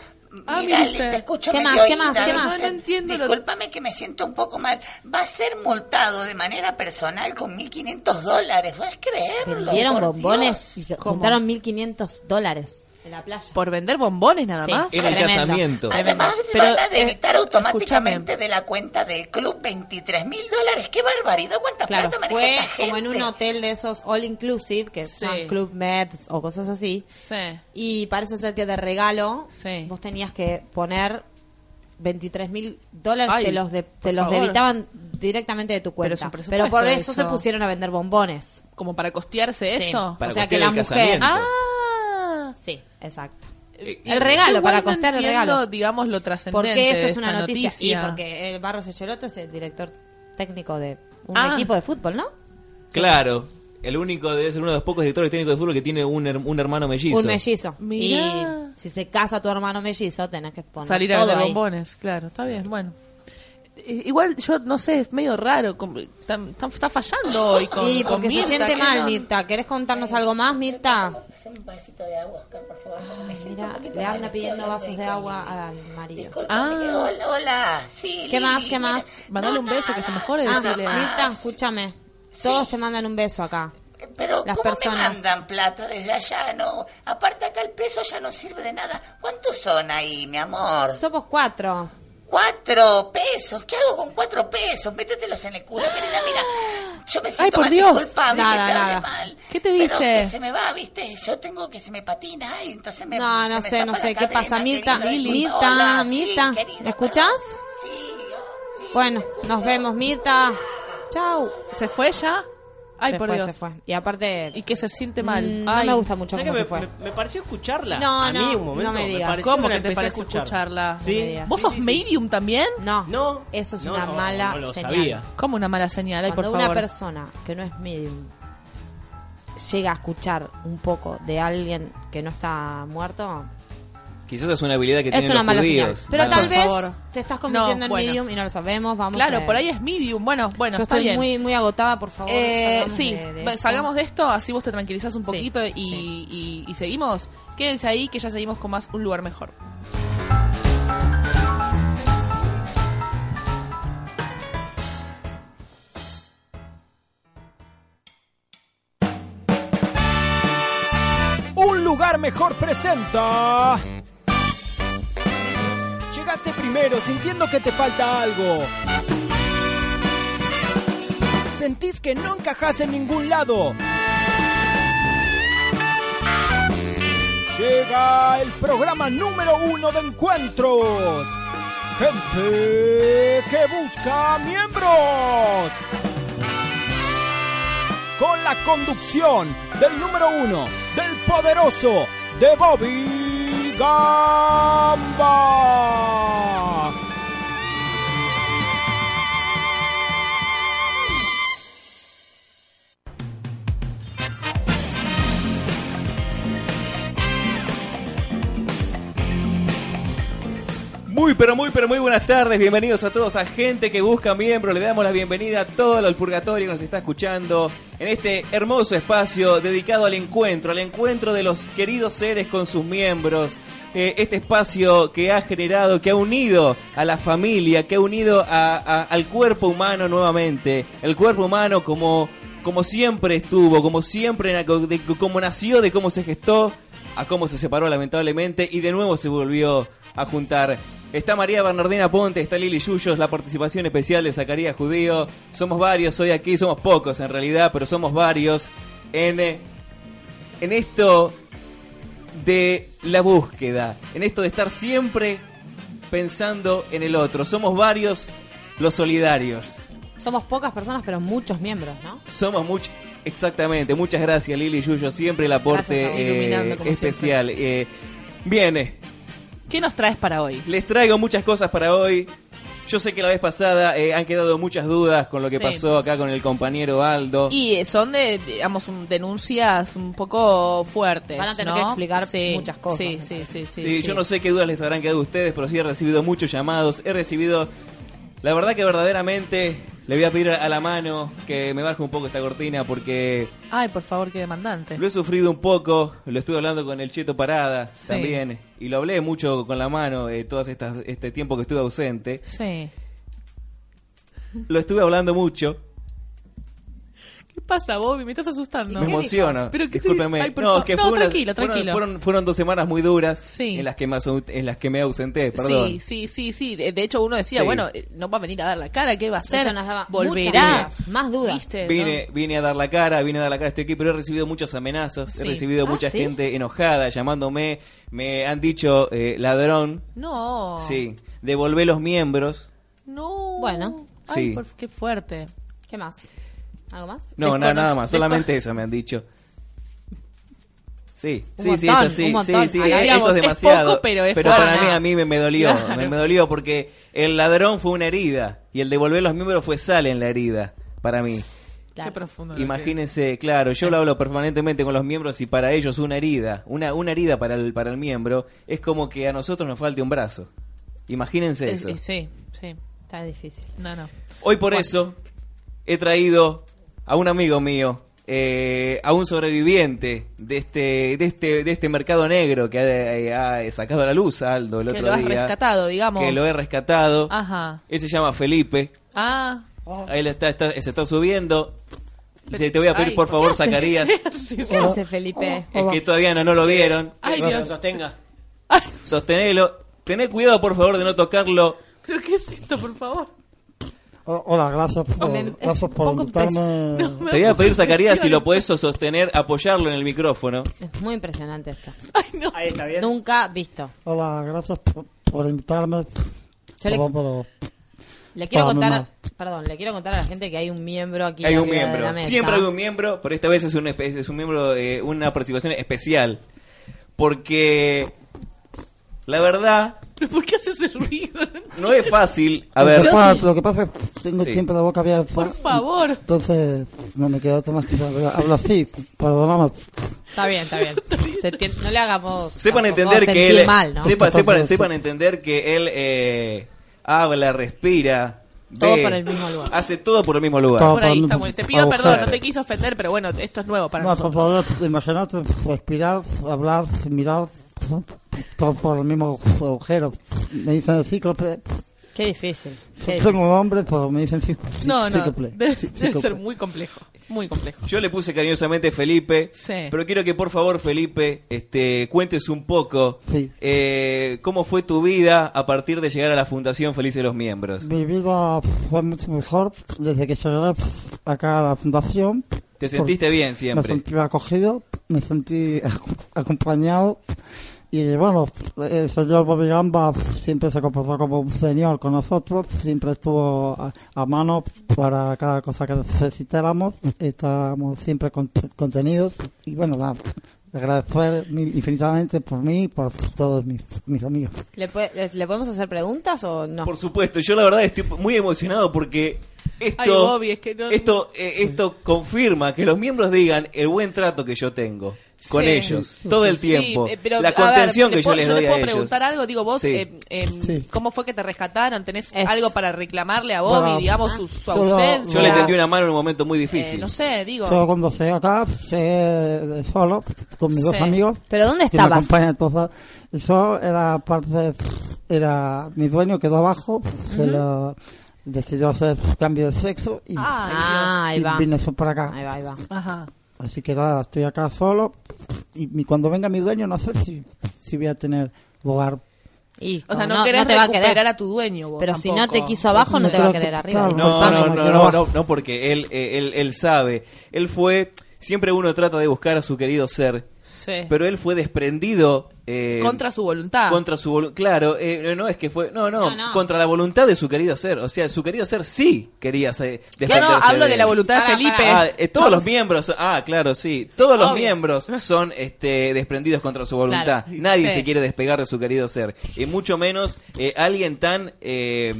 Speaker 7: Mira,
Speaker 2: Ah, mire
Speaker 7: le-
Speaker 2: usted.
Speaker 7: te escucho
Speaker 4: ¿Qué
Speaker 7: medio
Speaker 4: más? ¿Qué más?
Speaker 7: oída.
Speaker 4: ¿Qué más?
Speaker 2: No entiendo lo-
Speaker 7: Discúlpame que me siento un poco mal. Va a ser multado de manera personal con 1.500 dólares. ¿Puedes creerlo?
Speaker 4: Vendieron
Speaker 7: Por
Speaker 4: bombones y
Speaker 7: Dios.
Speaker 2: ¿Cómo?
Speaker 4: juntaron 1.500 dólares en la playa.
Speaker 2: Por vender bombones nada
Speaker 4: Sí.
Speaker 2: más.
Speaker 3: Era el
Speaker 4: Tremendo.
Speaker 3: casamiento.
Speaker 7: Además, te
Speaker 2: Pero,
Speaker 7: van a
Speaker 2: eh,
Speaker 7: debitar automáticamente
Speaker 2: escúchame.
Speaker 7: de la cuenta del club 23 mil dólares. ¡Qué barbaridad! ¿Cuánta
Speaker 4: Claro,
Speaker 7: plata maneja
Speaker 4: fue
Speaker 7: esta gente?
Speaker 4: como en un hotel de esos all inclusive, que
Speaker 2: Sí.
Speaker 4: son club meds o cosas así.
Speaker 2: Sí.
Speaker 4: Y parece ser que de regalo
Speaker 2: Sí.
Speaker 4: vos tenías que poner 23 mil dólares,
Speaker 2: Ay,
Speaker 4: te los, de- te
Speaker 2: por
Speaker 4: los
Speaker 2: favor.
Speaker 4: debitaban directamente de tu
Speaker 2: Pero es
Speaker 4: cuenta.
Speaker 2: un
Speaker 4: Pero,
Speaker 2: presupuesto
Speaker 4: por eso,
Speaker 2: eso.
Speaker 4: se pusieron a vender bombones.
Speaker 2: Como para costearse
Speaker 4: Sí.
Speaker 2: eso.
Speaker 3: Para
Speaker 4: o sea
Speaker 3: costear
Speaker 4: que la
Speaker 3: el
Speaker 4: mujer...
Speaker 3: casamiento.
Speaker 4: Ah, sí, exacto.
Speaker 3: Eh,
Speaker 4: El regalo,
Speaker 2: Ah, Yo igual
Speaker 4: para
Speaker 2: no
Speaker 4: costear el
Speaker 2: entiendo,
Speaker 4: regalo.
Speaker 2: digamos, lo
Speaker 4: Porque
Speaker 2: trascendente
Speaker 4: esto
Speaker 2: de
Speaker 4: es una
Speaker 2: esta
Speaker 4: noticia? Y porque el Barro Secheloto es el director técnico de un
Speaker 2: Ah.
Speaker 4: equipo de fútbol, ¿no?
Speaker 3: Claro. El único, debe ser uno de los pocos directores técnicos de fútbol que tiene un, her- un hermano mellizo.
Speaker 4: Un mellizo.
Speaker 2: Mirá.
Speaker 4: Y si se casa tu hermano mellizo, tenés que poner
Speaker 2: Salir a
Speaker 4: todo
Speaker 2: vender
Speaker 4: ahí.
Speaker 2: bombones, claro, está bien, bueno. Eh, Igual yo no sé, es medio raro, com- tam- tam- está fallando hoy con,
Speaker 4: Y
Speaker 2: con
Speaker 4: porque
Speaker 2: Mirta,
Speaker 4: se siente
Speaker 2: ¿qué
Speaker 4: mal,
Speaker 2: no?
Speaker 4: Mirta. ¿Querés contarnos algo más, Mirta?
Speaker 7: Haceme un vasito de agua, Oscar, por favor. porque me siento un
Speaker 4: Mira,
Speaker 7: poquito
Speaker 4: le
Speaker 7: mal,
Speaker 4: anda
Speaker 7: estoy
Speaker 4: pidiendo
Speaker 7: hablando
Speaker 4: vasos
Speaker 7: ahí
Speaker 4: de
Speaker 7: con Lili.
Speaker 4: agua al marido.
Speaker 7: Discúlpame,
Speaker 2: Ah.
Speaker 7: hola, hola. Sí,
Speaker 4: ¿Qué
Speaker 7: Lili,
Speaker 4: más, qué
Speaker 7: bueno,
Speaker 4: más?
Speaker 2: Mandale un beso, que se mejore,
Speaker 4: Ah,
Speaker 2: decirle.
Speaker 4: Mirta, escúchame. Todos te mandan un beso acá.
Speaker 7: Pero
Speaker 4: Las
Speaker 7: ¿cómo
Speaker 4: personas.
Speaker 7: me mandan plata desde allá? No, aparte acá el peso ya no sirve de nada. ¿Cuántos son ahí, mi amor?
Speaker 4: Somos cuatro.
Speaker 7: Cuatro pesos. ¿Qué hago con cuatro pesos? Métetelos en el culo, querida. Mira, yo me siento
Speaker 2: por
Speaker 7: mal,
Speaker 2: Dios.
Speaker 7: disculpame
Speaker 4: Nada,
Speaker 7: que te hable
Speaker 4: nada.
Speaker 7: mal.
Speaker 2: ¿Qué te
Speaker 7: Pero
Speaker 2: dice?
Speaker 7: que se me va, viste. Yo tengo que se me patina y entonces me.
Speaker 4: No,
Speaker 7: se
Speaker 4: no
Speaker 7: me
Speaker 4: sé,
Speaker 7: zafa
Speaker 4: no
Speaker 7: la
Speaker 4: sé. ¿Qué
Speaker 7: cadena,
Speaker 4: pasa, Mirta?
Speaker 7: querida?
Speaker 4: Mirta,
Speaker 7: Hola,
Speaker 4: Mirta,
Speaker 7: sí, querida,
Speaker 4: ¿me escuchás?
Speaker 7: perdón. Sí, oh, sí.
Speaker 4: Bueno, nos vemos, Mirta. Chau.
Speaker 2: ¿Se fue ya? Ay,
Speaker 4: Se
Speaker 2: por
Speaker 4: fue,
Speaker 2: Dios.
Speaker 4: se fue. Y aparte,
Speaker 2: Y que se siente mal.
Speaker 4: mm,
Speaker 2: Ay,
Speaker 4: no me gusta mucho
Speaker 5: ¿Sabés
Speaker 4: cómo
Speaker 5: que
Speaker 4: se
Speaker 5: me,
Speaker 4: fue.
Speaker 5: me- me pareció escucharla.
Speaker 4: No,
Speaker 5: a mí
Speaker 4: no,
Speaker 5: un momento.
Speaker 4: no me digas.
Speaker 5: pareció
Speaker 2: ¿Cómo
Speaker 5: la
Speaker 2: que te
Speaker 5: empecé a
Speaker 2: pareció escucharla?
Speaker 5: Sí.
Speaker 4: No me digas.
Speaker 2: ¿Vos
Speaker 5: Sí,
Speaker 2: sos
Speaker 5: sí, sí.
Speaker 2: medium también?
Speaker 4: No,
Speaker 5: No.
Speaker 4: eso es
Speaker 5: No,
Speaker 4: una
Speaker 5: no,
Speaker 4: mala
Speaker 5: no lo
Speaker 4: señal.
Speaker 5: sabía.
Speaker 2: Como una mala señal, ay, por
Speaker 4: Cuando
Speaker 2: favor.
Speaker 4: una persona que no es medium llega a escuchar un poco de alguien que no está muerto,
Speaker 3: Quizás es una habilidad que
Speaker 4: es
Speaker 3: tienen
Speaker 4: una
Speaker 3: los
Speaker 4: mala
Speaker 3: judíos.
Speaker 4: señal. Pero
Speaker 3: nada
Speaker 4: tal
Speaker 3: más.
Speaker 4: vez
Speaker 2: favor.
Speaker 4: te estás convirtiendo
Speaker 2: No,
Speaker 4: en
Speaker 2: bueno.
Speaker 4: medium y no lo sabemos. Vamos
Speaker 2: claro,
Speaker 4: a-
Speaker 2: por ahí es medium. Bueno, bueno,
Speaker 4: Yo
Speaker 2: está
Speaker 4: estoy
Speaker 2: bien.
Speaker 4: muy muy agotada, por favor.
Speaker 2: Eh,
Speaker 4: salgamos
Speaker 2: sí,
Speaker 4: de- de
Speaker 2: bueno,
Speaker 4: esto.
Speaker 2: salgamos de esto, así vos te tranquilizás un
Speaker 4: Sí,
Speaker 2: poquito y,
Speaker 4: sí.
Speaker 2: y- y seguimos. Quédense ahí que ya seguimos con más Un Lugar Mejor.
Speaker 8: Un lugar mejor presenta. Llegaste primero sintiendo que te falta algo. Sentís que no encajás en ningún lado. Llega el programa número uno de encuentros. Gente que busca miembros. Con la conducción del número uno, del poderoso, de Bobby Gamba.
Speaker 3: Muy, pero muy, pero muy buenas tardes. Bienvenidos a todos a gente que busca miembro. Le damos la bienvenida a todo el purgatorio que nos está escuchando en este hermoso espacio dedicado al encuentro, al encuentro de los queridos seres con sus miembros. Eh, este espacio que ha generado, que ha unido a la familia, que ha unido a- a- al cuerpo humano nuevamente. El cuerpo humano como, como siempre estuvo, como siempre, na- de- como nació, de cómo se gestó a cómo se separó lamentablemente y de nuevo se volvió a juntar. Está María Bernardina Ponte, está Lili Yuyos, la participación especial de Zacarías Judío. Somos varios hoy aquí, somos pocos en realidad, pero somos varios en, eh, en esto de la búsqueda, en esto de estar siempre pensando en el otro. Somos varios los solidarios.
Speaker 4: Somos pocas personas, pero muchos miembros, ¿no?
Speaker 3: Somos mucho. Exactamente, muchas gracias Lili Yuyo, siempre el aporte
Speaker 2: Gracias a vos, iluminando,
Speaker 3: eh,
Speaker 2: como
Speaker 3: especial. Eh, bien, eh,
Speaker 2: ¿Qué nos traes para hoy?
Speaker 3: les traigo muchas cosas para hoy. Yo sé que la vez pasada eh, han quedado muchas dudas con lo que
Speaker 2: Sí.
Speaker 3: pasó acá con el compañero Aldo.
Speaker 2: Y eh, son de, digamos, un- denuncias un poco fuertes.
Speaker 4: Van a tener
Speaker 2: ¿no?
Speaker 4: que explicar muchas cosas,
Speaker 2: Sí,
Speaker 4: me
Speaker 2: sí, sí, sí,
Speaker 3: Sí,
Speaker 2: sí.
Speaker 3: yo no sé qué dudas les habrán quedado a ustedes, pero sí he recibido muchos llamados, he recibido La verdad que verdaderamente le voy a pedir a la mano que me baje un poco esta cortina porque
Speaker 2: Ay, por favor, qué demandante.
Speaker 3: lo he sufrido un poco. Lo estuve hablando con el Cheto Parada también. Y lo hablé mucho con la mano eh, todo este tiempo que estuve ausente.
Speaker 2: Sí.
Speaker 3: Lo estuve hablando mucho.
Speaker 2: ¿Qué pasa, Bobby? Me estás asustando.
Speaker 3: me emociona.
Speaker 2: ¿Pero qué te-
Speaker 3: Discúlpeme.
Speaker 2: Ay, por
Speaker 3: no,
Speaker 2: favor.
Speaker 3: que
Speaker 2: No,
Speaker 3: fue una-
Speaker 2: tranquilo,
Speaker 3: fueron-
Speaker 2: tranquilo.
Speaker 3: Fueron, fueron dos semanas muy duras
Speaker 2: Sí.
Speaker 3: en, las que me asu- en las que me ausenté, perdón.
Speaker 2: Sí, sí, sí, sí. De de hecho, uno decía,
Speaker 3: Sí.
Speaker 2: bueno, eh, no va a venir a dar la cara, ¿qué va a hacer?
Speaker 4: Eso nos daba
Speaker 2: Volverá.
Speaker 4: muchas dudas, más dudas.
Speaker 2: ¿Viste?
Speaker 3: Vine, vine a dar la cara, vine a dar la cara, estoy aquí, pero he recibido muchas amenazas, he
Speaker 2: Sí.
Speaker 3: recibido
Speaker 4: Ah,
Speaker 3: mucha
Speaker 4: ¿sí?
Speaker 3: gente enojada llamándome, me han dicho eh, ladrón,
Speaker 2: No.
Speaker 3: sí, devolvé los miembros,
Speaker 2: No.
Speaker 4: Bueno.
Speaker 2: Ay,
Speaker 3: Sí.
Speaker 2: por- qué fuerte.
Speaker 4: ¿Qué más? ¿Algo más?
Speaker 3: no, na-
Speaker 2: Desconoc-
Speaker 3: nada más,
Speaker 2: desco-
Speaker 3: solamente eso me han dicho. Sí,
Speaker 4: Un
Speaker 3: sí, sí,
Speaker 4: montón,
Speaker 3: es así,
Speaker 4: un
Speaker 3: sí,
Speaker 4: montón.
Speaker 3: sí,
Speaker 4: Acá,
Speaker 3: eh,
Speaker 2: digamos,
Speaker 3: eso es
Speaker 2: es
Speaker 3: demasiado.
Speaker 2: poco, pero es
Speaker 3: para
Speaker 2: nada.
Speaker 3: mí, a mí me, me dolió,
Speaker 2: Claro.
Speaker 3: me, me dolió porque el ladrón fue una herida y el devolver los miembros fue sal en la herida, para mí.
Speaker 4: Claro.
Speaker 2: Qué profundo. lo que-
Speaker 3: Imagínense, claro, yo lo hablo permanentemente con los miembros y para ellos una herida, una, una herida para el, para el miembro, es como que a nosotros nos falte un brazo. Imagínense
Speaker 2: Es-
Speaker 3: eso.
Speaker 2: es- sí, sí.
Speaker 4: Está difícil.
Speaker 2: No, no.
Speaker 3: Hoy por eso he traído a un amigo mío, eh, a un sobreviviente de este, de este, de este mercado negro que ha, eh, ha sacado a la luz Aldo el
Speaker 2: que
Speaker 3: otro
Speaker 2: lo has
Speaker 3: día.
Speaker 2: rescatado, Ah. digamos.
Speaker 3: Que lo he rescatado.
Speaker 2: Ajá.
Speaker 3: Él se llama Felipe.
Speaker 2: Ah.
Speaker 3: Ahí le está, está- se está subiendo. Dice, te voy a pedir
Speaker 2: Ay,
Speaker 3: por
Speaker 2: ¿qué
Speaker 3: favor,
Speaker 2: haces?
Speaker 3: Zacarías.
Speaker 2: ¿Qué haces?
Speaker 4: ¿Qué hace Felipe?
Speaker 3: Es que todavía no, no lo vieron.
Speaker 2: Ay,
Speaker 5: Que
Speaker 2: Dios.
Speaker 5: lo sostenga.
Speaker 2: Ay,
Speaker 3: Sostenelo. Tené cuidado, por favor, de no tocarlo.
Speaker 2: ¿Pero qué es esto, por favor?
Speaker 9: O- Oh, Hola, gracias por,
Speaker 4: Me- es
Speaker 9: gracias
Speaker 4: un
Speaker 9: por
Speaker 4: poco
Speaker 9: invitarme.
Speaker 2: No, me
Speaker 3: Te voy
Speaker 2: da
Speaker 3: a pedir, Zacarías, si
Speaker 2: impresión.
Speaker 3: lo puedes sostener, apoyarlo en el micrófono.
Speaker 4: Es muy impresionante esto.
Speaker 2: Ay, no.
Speaker 5: Ahí está bien.
Speaker 4: Nunca visto.
Speaker 9: Hola, gracias por, por invitarme.
Speaker 4: Yo le,
Speaker 9: Perdón, pero
Speaker 4: le quiero
Speaker 9: Perdón,
Speaker 4: contar,
Speaker 9: mamá.
Speaker 4: perdón, le quiero contar a la gente que hay un miembro aquí.
Speaker 3: Oh, Hay un
Speaker 4: arriba de la
Speaker 3: miembro.
Speaker 4: mesa.
Speaker 3: Siempre hay un miembro, pero esta vez es un, espe- es un miembro, eh, una participación especial. Porque la verdad
Speaker 2: ¿Pero por qué hace ese ruido?
Speaker 3: no es fácil. A
Speaker 9: lo,
Speaker 3: ver,
Speaker 9: que pasa, lo que pasa es que tengo
Speaker 3: Sí.
Speaker 9: siempre la boca abierta.
Speaker 2: Por favor.
Speaker 9: Entonces, no me queda otra más que hablar así. Perdóname.
Speaker 4: Está bien, está bien. Se enti- no le hagamos.
Speaker 3: sepan
Speaker 4: tampoco
Speaker 3: entender que
Speaker 4: sentir
Speaker 3: él
Speaker 4: mal, ¿no?
Speaker 3: sepan,
Speaker 9: Por favor,
Speaker 3: sepan,
Speaker 9: sí.
Speaker 3: sepan entender que él eh, habla, respira,
Speaker 4: Todo
Speaker 3: ve,
Speaker 4: por el mismo lugar.
Speaker 3: hace todo por el mismo lugar.
Speaker 9: Todo.
Speaker 2: Por ahí está.
Speaker 9: Perdón,
Speaker 2: bueno. Te pido
Speaker 9: por
Speaker 2: perdón,
Speaker 3: favor.
Speaker 2: no te quise ofender, pero bueno, esto es nuevo para
Speaker 9: No, por
Speaker 2: nosotros.
Speaker 9: favor, imagínate respirar, hablar, mirar, todo por el mismo agujero. Me dicen cíclope.
Speaker 4: Qué difícil. qué
Speaker 9: Yo
Speaker 4: difícil.
Speaker 9: tengo hombre, pero me dicen cí- cí-
Speaker 2: No, no.
Speaker 9: cíclope.
Speaker 2: Debe, debe
Speaker 9: Cíclope.
Speaker 2: ser muy complejo. Muy complejo.
Speaker 3: Yo le puse cariñosamente Felipe,
Speaker 2: Sí.
Speaker 3: pero quiero que por favor Felipe este, cuentes un poco
Speaker 9: Sí.
Speaker 3: eh, cómo fue tu vida a partir de llegar a la Fundación Feliz de los Miembros.
Speaker 9: Pues Mi vida fue mucho mejor desde que llegué acá a la fundación.
Speaker 3: ¿Te sentiste bien
Speaker 9: Me
Speaker 3: siempre?
Speaker 9: sentí acogido, me sentí ac- acompañado y bueno, el señor Bobby Gamba siempre se comportó como un señor con nosotros, siempre estuvo a, a mano para cada cosa que necesitáramos, estábamos siempre con- contenidos y bueno, nada, agradecer mil- infinitamente por mí y por todos mis, mis amigos.
Speaker 4: ¿Le, puede- les- le podemos hacer preguntas o no?
Speaker 3: Por supuesto, yo la verdad estoy muy emocionado porque esto,
Speaker 2: Ay, Bobby, es que no-
Speaker 3: esto, eh, esto confirma que los miembros digan el buen trato que yo tengo con
Speaker 2: Sí.
Speaker 3: ellos todo el
Speaker 2: Sí,
Speaker 3: tiempo,
Speaker 2: eh, pero,
Speaker 3: la
Speaker 2: a ver,
Speaker 3: contención
Speaker 2: ¿le
Speaker 3: que yo
Speaker 2: puedo-
Speaker 3: les doy
Speaker 2: te
Speaker 3: a
Speaker 2: puedo
Speaker 3: ellos.
Speaker 2: preguntar algo, digo vos,
Speaker 3: Sí.
Speaker 2: eh, eh,
Speaker 9: Sí.
Speaker 2: ¿cómo fue que te rescataron? ¿Tenés
Speaker 4: Es-
Speaker 2: algo para reclamarle a Bobby,
Speaker 9: Bueno,
Speaker 2: digamos, su, su
Speaker 9: yo lo-
Speaker 2: ausencia?
Speaker 3: Yo le tendí una mano en un momento muy
Speaker 2: Eh,
Speaker 3: difícil.
Speaker 2: no sé, digo.
Speaker 9: Yo cuando llegué acá, llegué solo con mis dos
Speaker 2: Sí.
Speaker 9: amigos.
Speaker 4: ¿Pero dónde
Speaker 9: que me
Speaker 4: estabas?
Speaker 9: acompañan todos. Yo era parte de- era mi dueño quedó abajo, se lo- decidió hacer cambio de sexo y,
Speaker 2: Ay,
Speaker 4: Ah,
Speaker 9: y
Speaker 4: ahí va.
Speaker 9: vine yo para
Speaker 4: Ahí
Speaker 9: acá.
Speaker 4: va, ahí va.
Speaker 2: Ajá.
Speaker 9: Así que nada, estoy acá solo y mi- cuando venga mi dueño no sé si, si voy a tener lugar.
Speaker 4: Y,
Speaker 2: O sea,
Speaker 4: como
Speaker 2: no, querés
Speaker 4: te va a
Speaker 2: recuperar a,
Speaker 4: querer.
Speaker 2: tu dueño vos
Speaker 4: Pero si no
Speaker 2: tampoco.
Speaker 4: te quiso abajo, no te va a querer arriba.
Speaker 9: Claro.
Speaker 3: No,
Speaker 9: Culpame,
Speaker 3: no, no,
Speaker 9: porque
Speaker 3: no,
Speaker 9: no-
Speaker 3: no, no, porque él, eh, él, él sabe. Él fue. Siempre uno trata de buscar a su querido ser,
Speaker 2: Sí.
Speaker 3: pero él fue desprendido. eh,
Speaker 2: Contra su voluntad.
Speaker 3: Contra su volu- Claro, eh, no es que fue. No, no,
Speaker 4: No, no.
Speaker 3: contra la voluntad de su querido ser. O sea, su querido ser sí quería ser.
Speaker 2: Yo no
Speaker 3: desprenderse
Speaker 2: hablo de
Speaker 3: él.
Speaker 2: la voluntad
Speaker 4: Pará,
Speaker 2: de Felipe.
Speaker 3: Ah, eh, todos los miembros, ah, claro, sí. Todos los
Speaker 2: Obvio.
Speaker 3: miembros son este, desprendidos contra su voluntad.
Speaker 4: Claro,
Speaker 3: Nadie
Speaker 2: sí.
Speaker 3: se quiere despegar de su querido ser. Y mucho menos eh, alguien tan. eh,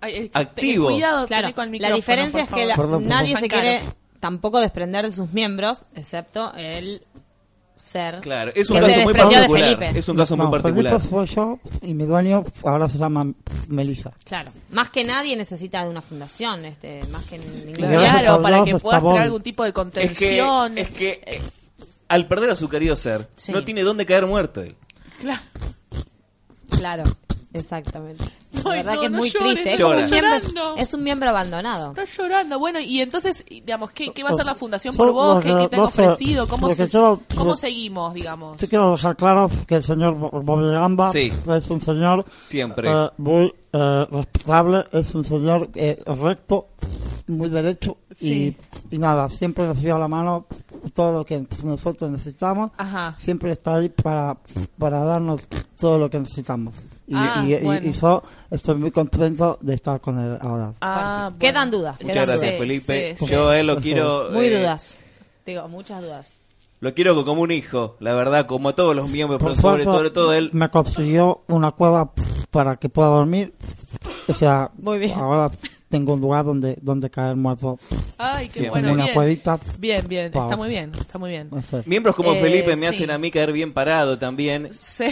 Speaker 2: Ay, eh,
Speaker 3: activo.
Speaker 2: ten Cuidado,
Speaker 4: Claro,
Speaker 2: tené con el
Speaker 4: la
Speaker 2: micrófono,
Speaker 4: diferencia es
Speaker 2: por
Speaker 4: que la-
Speaker 2: favor.
Speaker 9: Perdón,
Speaker 4: nadie
Speaker 2: perdón.
Speaker 4: se
Speaker 2: Tan
Speaker 4: quiere
Speaker 2: caros.
Speaker 4: tampoco desprender de sus miembros, excepto el ser.
Speaker 3: Claro, es un
Speaker 4: que
Speaker 3: caso
Speaker 4: se
Speaker 3: muy
Speaker 4: desprendió de
Speaker 3: particular.
Speaker 4: Felipe.
Speaker 3: Es un caso muy
Speaker 9: No,
Speaker 3: particular.
Speaker 9: Felipe fue yo y mi dueño ahora se llama pf, Melissa.
Speaker 4: Claro, más que nadie necesita de una fundación, este, más que ningún
Speaker 9: Claro,
Speaker 2: Claro,
Speaker 9: gracias a
Speaker 2: para
Speaker 9: Dios
Speaker 2: que
Speaker 9: está
Speaker 2: puedas
Speaker 9: Bob.
Speaker 2: tener algún tipo de
Speaker 3: Es que,
Speaker 2: contención.
Speaker 3: es que eh, al perder a su querido ser,
Speaker 2: Sí.
Speaker 3: no tiene dónde caer muerto él.
Speaker 2: Claro.
Speaker 4: Claro, exactamente. La
Speaker 2: Ay,
Speaker 4: verdad
Speaker 2: no,
Speaker 4: que es
Speaker 2: no
Speaker 4: muy
Speaker 2: llores,
Speaker 4: triste. Es,
Speaker 3: estoy
Speaker 4: como un miembro,
Speaker 2: llorando.
Speaker 4: es un miembro abandonado.
Speaker 2: Estás llorando. Bueno, y entonces, digamos, ¿qué, qué va a hacer la fundación
Speaker 9: Yo
Speaker 2: por vos?
Speaker 9: lo
Speaker 2: ¿Qué,
Speaker 9: que-
Speaker 2: qué te han
Speaker 9: lo que-
Speaker 2: ofrecido? ¿Cómo,
Speaker 9: lo que
Speaker 2: se-
Speaker 9: yo-
Speaker 2: cómo
Speaker 9: lo-
Speaker 2: seguimos, digamos?
Speaker 9: Sí quiero dejar claro que el señor Bo- Bobby Gamba
Speaker 3: Sí.
Speaker 9: es un señor
Speaker 3: Siempre.
Speaker 9: eh, muy eh, respetable, es un señor eh, recto, muy derecho
Speaker 2: Sí.
Speaker 9: y, y nada, siempre nos dio la mano todo lo que nosotros necesitamos,
Speaker 2: Ajá.
Speaker 9: siempre está ahí para, para darnos todo lo que necesitamos. Y,
Speaker 2: Ah,
Speaker 9: y- y-
Speaker 2: bueno.
Speaker 9: y yo estoy muy contento de estar con él ahora.
Speaker 2: Ah, bueno.
Speaker 4: Quedan dudas.
Speaker 3: Muchas
Speaker 4: quedan
Speaker 3: gracias,
Speaker 2: Sí,
Speaker 3: Felipe.
Speaker 2: sí, sí.
Speaker 3: Yo a él lo
Speaker 9: Por
Speaker 3: quiero.
Speaker 4: dudas. Muy
Speaker 3: eh,
Speaker 4: dudas. Digo, muchas dudas.
Speaker 3: Lo quiero como un hijo, la verdad, como a todos los miembros, pero sobre,
Speaker 9: suerte,
Speaker 3: sobre todo él.
Speaker 9: me consiguió una cueva pf, para que pueda dormir. O sea,
Speaker 4: Muy bien.
Speaker 9: ahora pf, tengo un lugar donde, donde caer muerto.
Speaker 2: Ay, qué
Speaker 3: Siempre.
Speaker 2: bueno.
Speaker 9: Tengo una
Speaker 2: bien.
Speaker 9: cuevita.
Speaker 2: Bien, bien.
Speaker 9: Wow.
Speaker 2: Está muy bien. Está muy bien.
Speaker 9: No sé.
Speaker 3: Miembros como
Speaker 2: Eh,
Speaker 3: Felipe me
Speaker 2: sí.
Speaker 3: hacen a mí caer bien parado también.
Speaker 2: Sí.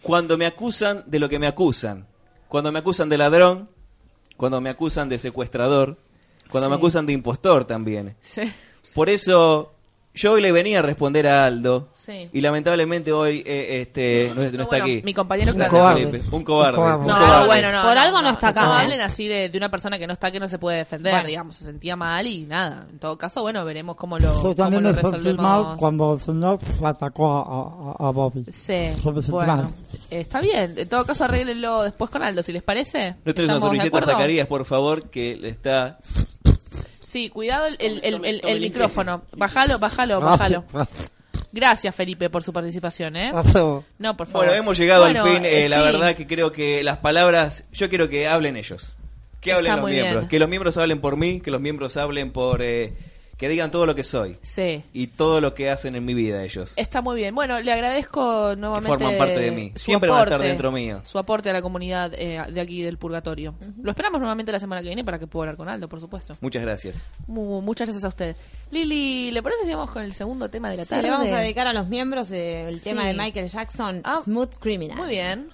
Speaker 3: Cuando me acusan de lo que me acusan. Cuando me acusan de ladrón. Cuando me acusan de secuestrador. Cuando me acusan de impostor también.
Speaker 2: Sí.
Speaker 3: Por eso yo hoy le venía a responder a Aldo.
Speaker 2: Sí.
Speaker 3: Y lamentablemente hoy eh, este, no, no
Speaker 2: No,
Speaker 3: está
Speaker 2: bueno,
Speaker 3: aquí.
Speaker 2: Mi compañero
Speaker 9: Un
Speaker 2: Clara.
Speaker 3: Gracias,
Speaker 9: cobarde.
Speaker 3: Felipe. Un cobarde.
Speaker 9: Un cobarde.
Speaker 3: Un
Speaker 2: No,
Speaker 3: cobarde.
Speaker 2: bueno, no.
Speaker 4: Por algo no está acá,
Speaker 2: No
Speaker 4: ¿eh?
Speaker 2: hablen así de, de una persona que no está, que no se puede defender,
Speaker 4: Bueno.
Speaker 2: digamos. Se sentía mal y nada. En todo caso, bueno, veremos cómo lo,
Speaker 9: Yo
Speaker 2: cómo
Speaker 9: también
Speaker 2: lo
Speaker 9: me sentí mal
Speaker 2: resolvemos.
Speaker 9: cuando el señor pf, atacó a, a- a Bobby.
Speaker 2: Sí,
Speaker 9: Yo me sentí
Speaker 2: bueno.
Speaker 9: mal.
Speaker 2: Eh, Está bien. En todo caso, arréglenlo después con Aldo, si les parece.
Speaker 3: ¿No tenés una
Speaker 2: ¿Estamos de
Speaker 3: servilleta,
Speaker 2: acuerdo?
Speaker 3: Zacarías, por favor, que le está...
Speaker 2: Sí, cuidado el, el- el- el- el micrófono. Bájalo, bájalo, bájalo.
Speaker 9: Gracias,
Speaker 2: Gracias, Felipe, por su participación, ¿eh?
Speaker 9: gracias.
Speaker 2: No, por favor.
Speaker 3: Bueno, hemos llegado
Speaker 2: Bueno,
Speaker 3: al fin. eh,
Speaker 2: eh,
Speaker 3: la
Speaker 2: sí.
Speaker 3: verdad que creo que las palabras, yo quiero que hablen ellos. Que
Speaker 2: Está
Speaker 3: hablen los
Speaker 2: muy
Speaker 3: miembros.
Speaker 2: bien.
Speaker 3: Que los miembros hablen por mí, que los miembros hablen por... eh, que digan todo lo que soy
Speaker 2: Sí.
Speaker 3: y todo lo que hacen en mi vida ellos.
Speaker 2: Está muy bien. Bueno, le agradezco nuevamente.
Speaker 3: forman parte de mí.
Speaker 2: su
Speaker 3: Siempre van a
Speaker 2: aporte,
Speaker 3: estar dentro mío.
Speaker 2: Su aporte a la comunidad eh, de aquí del Purgatorio. Lo esperamos nuevamente la semana que viene para que pueda hablar con Aldo, por supuesto.
Speaker 3: Muchas gracias.
Speaker 2: Mu- muchas gracias a usted. Lili, ¿le parece si vamos con el segundo tema de la
Speaker 4: Sí,
Speaker 2: tarde?
Speaker 4: le vamos a dedicar a los miembros eh, el tema
Speaker 2: Sí.
Speaker 4: de Michael Jackson,
Speaker 2: Ah,
Speaker 4: Smooth Criminal.
Speaker 2: Muy bien.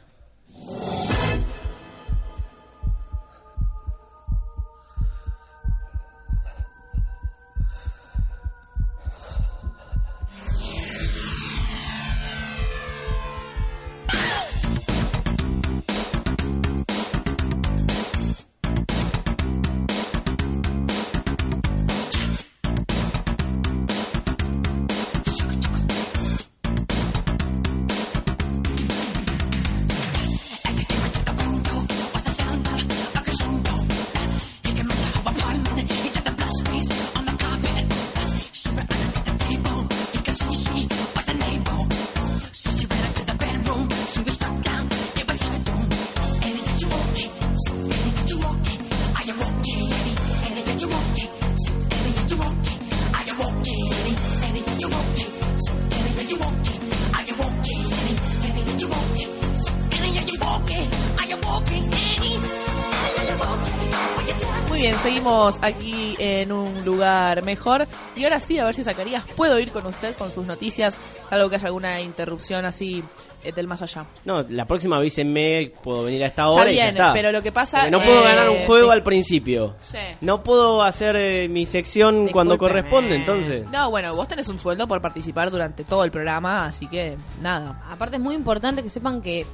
Speaker 2: Muy bien, seguimos aquí en un lugar mejor. Y ahora sí, a ver si Zacarías puedo ir con usted con sus noticias, salvo que haya alguna interrupción así eh, del más allá.
Speaker 5: No, la próxima avísenme, puedo venir a esta hora y ya
Speaker 2: bien,
Speaker 5: está.
Speaker 2: pero lo que pasa,
Speaker 5: Porque no puedo
Speaker 2: eh,
Speaker 5: ganar un juego
Speaker 2: sí.
Speaker 5: al principio.
Speaker 2: Sí.
Speaker 5: No puedo hacer eh, mi sección cuando corresponde, entonces.
Speaker 2: eh, No, bueno, vos tenés un sueldo por participar durante todo el programa, así que nada.
Speaker 4: Aparte es muy importante que sepan que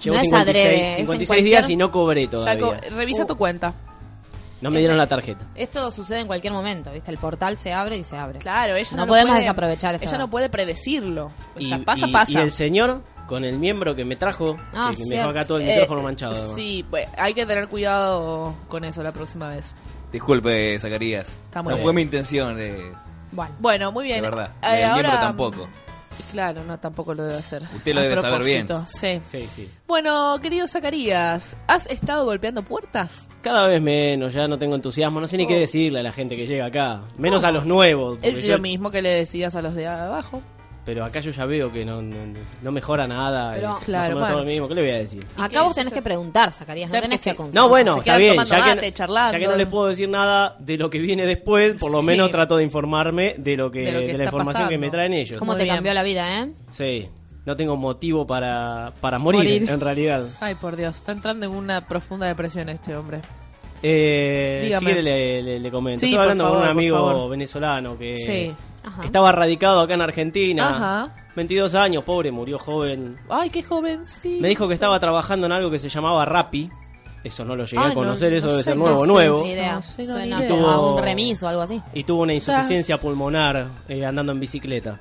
Speaker 5: Llevo
Speaker 4: no es
Speaker 5: 56,
Speaker 4: adrede. ¿eh? es en
Speaker 5: 56
Speaker 4: cualquier- Uh.
Speaker 5: días y no cobré
Speaker 2: Ya
Speaker 5: todavía.
Speaker 2: co- revisa tu cuenta.
Speaker 5: no me dieron la tarjeta.
Speaker 4: Esto sucede en cualquier momento, ¿viste? El portal se abre y se abre.
Speaker 2: Claro, ella no,
Speaker 4: No
Speaker 2: lo
Speaker 4: podemos
Speaker 2: puede-
Speaker 4: desaprovechar esta
Speaker 2: Ella no
Speaker 4: hora.
Speaker 2: puede predecirlo. O
Speaker 5: Y,
Speaker 2: sea, pasa,
Speaker 5: y-
Speaker 2: pasa.
Speaker 5: y el señor, con el miembro que me trajo,
Speaker 4: Ah,
Speaker 5: que- que me dejó acá todo el
Speaker 2: Eh,
Speaker 5: micrófono manchado. además.
Speaker 2: Sí, pues, hay que tener cuidado con eso la próxima vez.
Speaker 3: Disculpe, Zacarías.
Speaker 2: Está muy
Speaker 3: no
Speaker 2: bien.
Speaker 3: fue mi intención, de,
Speaker 4: Bueno,
Speaker 2: Bueno, muy bien.
Speaker 3: de verdad.
Speaker 2: Eh,
Speaker 3: El miembro
Speaker 2: ahora-
Speaker 3: tampoco.
Speaker 2: Claro, no, tampoco lo debe hacer.
Speaker 3: Usted lo
Speaker 2: A
Speaker 3: debe saber
Speaker 2: propósito, Sí.
Speaker 5: Sí, sí.
Speaker 2: Bueno, querido Zacarías, ¿has estado golpeando puertas?
Speaker 5: Cada vez menos, ya no tengo entusiasmo, no sé ni qué decirle a la gente que llega acá. Menos a los nuevos. porque
Speaker 2: Oh. Es
Speaker 5: yo-
Speaker 2: lo mismo que le decías a los de abajo.
Speaker 5: Pero acá yo ya veo que no, no, no mejora nada.
Speaker 4: Pero-
Speaker 5: es más o
Speaker 2: Claro,
Speaker 5: menos todo
Speaker 2: bueno.
Speaker 5: lo mismo. ¿Qué le voy a decir?
Speaker 4: Acá vos tenés que preguntar, Zacarías, no
Speaker 2: Claro,
Speaker 4: tenés
Speaker 2: porque
Speaker 4: que
Speaker 2: se-
Speaker 4: aconsejar.
Speaker 5: No, bueno,
Speaker 2: se
Speaker 5: está
Speaker 2: quedan
Speaker 5: bien.
Speaker 2: tomando
Speaker 5: ya,
Speaker 2: mate,
Speaker 5: que,
Speaker 2: charlando.
Speaker 5: ya que no les puedo decir nada de lo que viene después, por lo
Speaker 2: Sí.
Speaker 5: menos trato de informarme de lo que
Speaker 2: De
Speaker 5: de,
Speaker 2: lo que
Speaker 5: la
Speaker 2: está
Speaker 5: información que
Speaker 2: pasando.
Speaker 5: me traen ellos.
Speaker 4: ¿Cómo
Speaker 2: Muy
Speaker 4: te
Speaker 2: bien.
Speaker 4: cambió la vida, eh?
Speaker 5: Sí, no tengo motivo para, para morir,
Speaker 4: Morir.
Speaker 5: en realidad.
Speaker 2: Ay, por Dios, está entrando en una profunda depresión este hombre.
Speaker 5: Eh,
Speaker 2: Dígame.
Speaker 5: si quiere le, le- le comento.
Speaker 2: Sí,
Speaker 5: Estaba
Speaker 2: por
Speaker 5: hablando con
Speaker 2: favor,
Speaker 5: un
Speaker 2: por
Speaker 5: amigo
Speaker 2: favor.
Speaker 5: venezolano que
Speaker 2: Sí.
Speaker 4: Ajá.
Speaker 5: estaba radicado acá en Argentina.
Speaker 2: Ajá.
Speaker 5: 22 años, pobre, murió joven.
Speaker 2: Ay, qué joven, sí.
Speaker 5: Me dijo que estaba trabajando en algo que se llamaba Rappi. Eso no lo llegué
Speaker 2: Ay,
Speaker 5: a
Speaker 2: no,
Speaker 5: conocer,
Speaker 2: no
Speaker 5: eso debe
Speaker 2: sé,
Speaker 5: ser
Speaker 2: no
Speaker 5: nuevo,
Speaker 2: sé,
Speaker 5: nuevo.
Speaker 4: Ni idea.
Speaker 2: No sé, no,
Speaker 4: Suena
Speaker 2: ni
Speaker 5: idea.
Speaker 4: como a un remiso o algo así.
Speaker 5: Y tuvo una insuficiencia pulmonar eh, andando en bicicleta.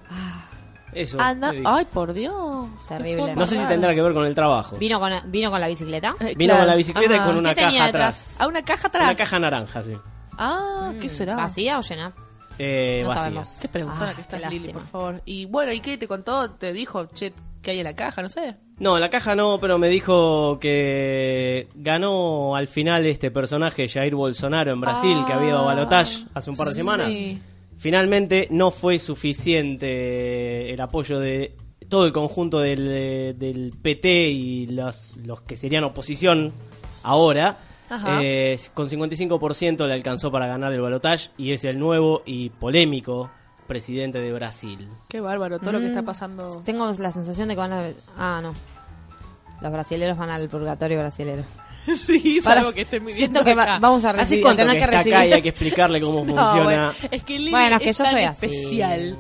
Speaker 5: Eso.
Speaker 2: Anda-
Speaker 5: le dijo.
Speaker 2: Ay, por Dios.
Speaker 4: Terrible.
Speaker 5: no sé si tendrá que ver con el trabajo. Vino,
Speaker 4: Vino con, vino con la bicicleta. Ah.
Speaker 5: con la bicicleta y
Speaker 2: Ajá.
Speaker 5: con una
Speaker 4: ¿Qué tenía
Speaker 5: caja
Speaker 4: detrás?
Speaker 5: atrás.
Speaker 2: A Eh, Ah, una caja atrás.
Speaker 5: Una caja naranja, sí.
Speaker 2: Ah, ¿qué será?
Speaker 4: ¿Vacía o llena?
Speaker 5: Eh,
Speaker 4: no
Speaker 5: vacía.
Speaker 4: sabemos.
Speaker 2: Qué preguntona
Speaker 4: Ah,
Speaker 2: que
Speaker 4: qué
Speaker 2: estás, Lili,
Speaker 4: lástima.
Speaker 2: por favor. Y bueno, ¿y qué te contó? Te dijo, che, ¿qué hay en la caja? No sé.
Speaker 5: No, la caja no, pero me dijo que ganó al final este personaje Jair Bolsonaro en Brasil, que había ido a balotage hace un par de semanas.
Speaker 2: Ah, Sí.
Speaker 5: Finalmente no fue suficiente el apoyo de todo el conjunto del, eh, del PT y los, los que serían oposición ahora.
Speaker 2: Ajá.
Speaker 5: Eh, con 55% le alcanzó para ganar el balotage y es el nuevo y polémico presidente de Brasil.
Speaker 2: Qué bárbaro, todo lo que está pasando.
Speaker 4: Mm. Tengo la sensación de que van a... Ah, no. Los brasileros van al purgatorio brasilero.
Speaker 2: sí,
Speaker 4: Para-
Speaker 2: salvo que estén viviendo
Speaker 4: siento que va-
Speaker 2: acá.
Speaker 4: vamos a
Speaker 5: Así
Speaker 4: recibir,
Speaker 5: cuando
Speaker 4: tener que
Speaker 5: está
Speaker 4: recibir.
Speaker 5: acá y hay que explicarle cómo
Speaker 2: No,
Speaker 5: funciona.
Speaker 2: bueno, es que Lili
Speaker 4: Bueno, es que
Speaker 2: es
Speaker 4: yo
Speaker 2: tan
Speaker 4: soy así.
Speaker 2: especial.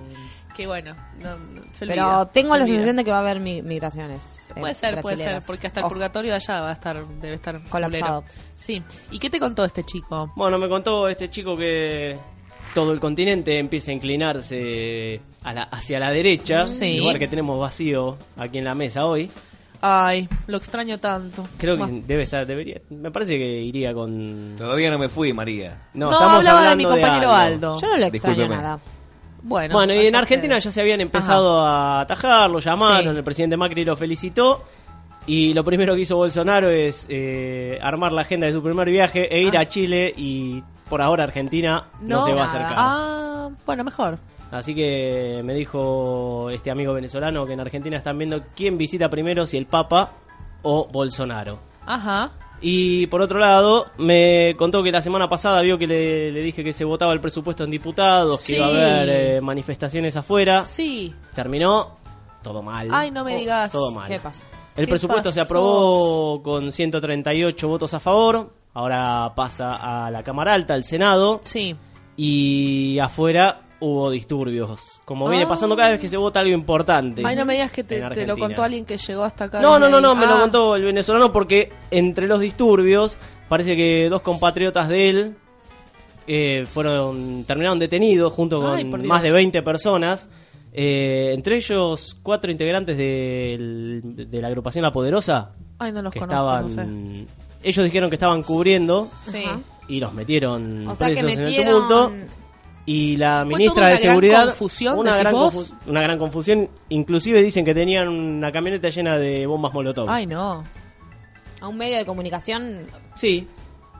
Speaker 2: Que bueno, no, no, se
Speaker 4: Pero
Speaker 2: olvida,
Speaker 4: tengo
Speaker 2: se
Speaker 4: la
Speaker 2: olvida.
Speaker 4: sensación de que va a haber mi- migraciones. eh,
Speaker 2: Puede ser, puede ser,
Speaker 4: brasileras.
Speaker 2: porque hasta el
Speaker 4: Ojo.
Speaker 2: purgatorio de allá va a estar, debe estar fulero.
Speaker 4: Colapsado.
Speaker 2: Sí. ¿Y qué te contó este chico?
Speaker 5: Bueno, me contó este chico que todo el continente empieza a inclinarse a la- hacia la derecha,
Speaker 2: Sí.
Speaker 5: lugar que tenemos vacío aquí en la mesa hoy.
Speaker 2: Ay, lo extraño tanto.
Speaker 5: Creo que
Speaker 2: Bueno.
Speaker 5: debe estar, debería, me parece que iría con...
Speaker 3: Todavía no me fui, María.
Speaker 2: No, hablaba de mi compañero Aldo.
Speaker 4: Yo no le extraño
Speaker 3: Discúlpeme.
Speaker 4: nada.
Speaker 2: Bueno,
Speaker 5: Bueno, y
Speaker 2: vaya
Speaker 5: en Argentina
Speaker 2: ustedes.
Speaker 5: ya se habían empezado a atajar, lo llamaron,
Speaker 2: Sí.
Speaker 5: el presidente Macri lo felicitó. Y lo primero que hizo Bolsonaro es eh, armar la agenda de su primer viaje e ir
Speaker 2: Ah.
Speaker 5: a Chile y por ahora Argentina no,
Speaker 2: No,
Speaker 5: se va a
Speaker 4: nada.
Speaker 5: acercar.
Speaker 2: Ah, bueno, mejor.
Speaker 5: Así que me dijo este amigo venezolano que en Argentina están viendo quién visita primero, si el Papa o Bolsonaro.
Speaker 2: Ajá.
Speaker 5: Y por otro lado, me contó que la semana pasada vio que le, le dije que se votaba el presupuesto en diputados,
Speaker 2: Sí.
Speaker 5: que iba a haber eh, manifestaciones afuera.
Speaker 2: Sí.
Speaker 5: Terminó todo mal.
Speaker 2: Ay, no me digas.
Speaker 5: Oh, Todo mal.
Speaker 4: ¿Qué pasa?
Speaker 5: El
Speaker 2: ¿Qué
Speaker 5: presupuesto se
Speaker 2: pasó?
Speaker 5: aprobó con 138 votos a favor. Ahora pasa a la Cámara Alta, al Senado
Speaker 2: Sí.
Speaker 5: y afuera hubo disturbios. Como viene
Speaker 2: Ah.
Speaker 5: pasando cada vez que se vota algo importante.
Speaker 2: Ay, no me digas que te,
Speaker 5: en
Speaker 2: te lo
Speaker 5: Argentina.
Speaker 2: contó alguien que llegó hasta acá.
Speaker 5: No, no,
Speaker 2: desde
Speaker 5: no, no,
Speaker 2: ahí.
Speaker 5: me
Speaker 2: Ah,
Speaker 5: lo contó el venezolano porque entre los disturbios parece que dos compatriotas de él eh, fueron terminaron detenidos junto con
Speaker 2: Ay, por Dios.
Speaker 5: más de 20 personas. eh, entre ellos cuatro integrantes del- de la agrupación La Poderosa
Speaker 2: Ay, no los
Speaker 5: que
Speaker 2: conozco,
Speaker 5: estaban
Speaker 2: no sé.
Speaker 5: ellos dijeron que estaban cubriendo
Speaker 2: Sí.
Speaker 4: Ajá.
Speaker 5: y los metieron
Speaker 4: O sea que
Speaker 5: presos en
Speaker 4: metieron-
Speaker 5: el tumulto y la
Speaker 2: Fue
Speaker 5: ministra
Speaker 2: toda una
Speaker 5: de
Speaker 2: gran
Speaker 5: seguridad
Speaker 2: confusión,
Speaker 5: una
Speaker 2: decís
Speaker 5: gran
Speaker 2: vos.
Speaker 5: una gran confusión inclusive dicen que tenían una camioneta llena de bombas molotov
Speaker 2: Ay, no.
Speaker 4: A un medio de comunicación
Speaker 5: sí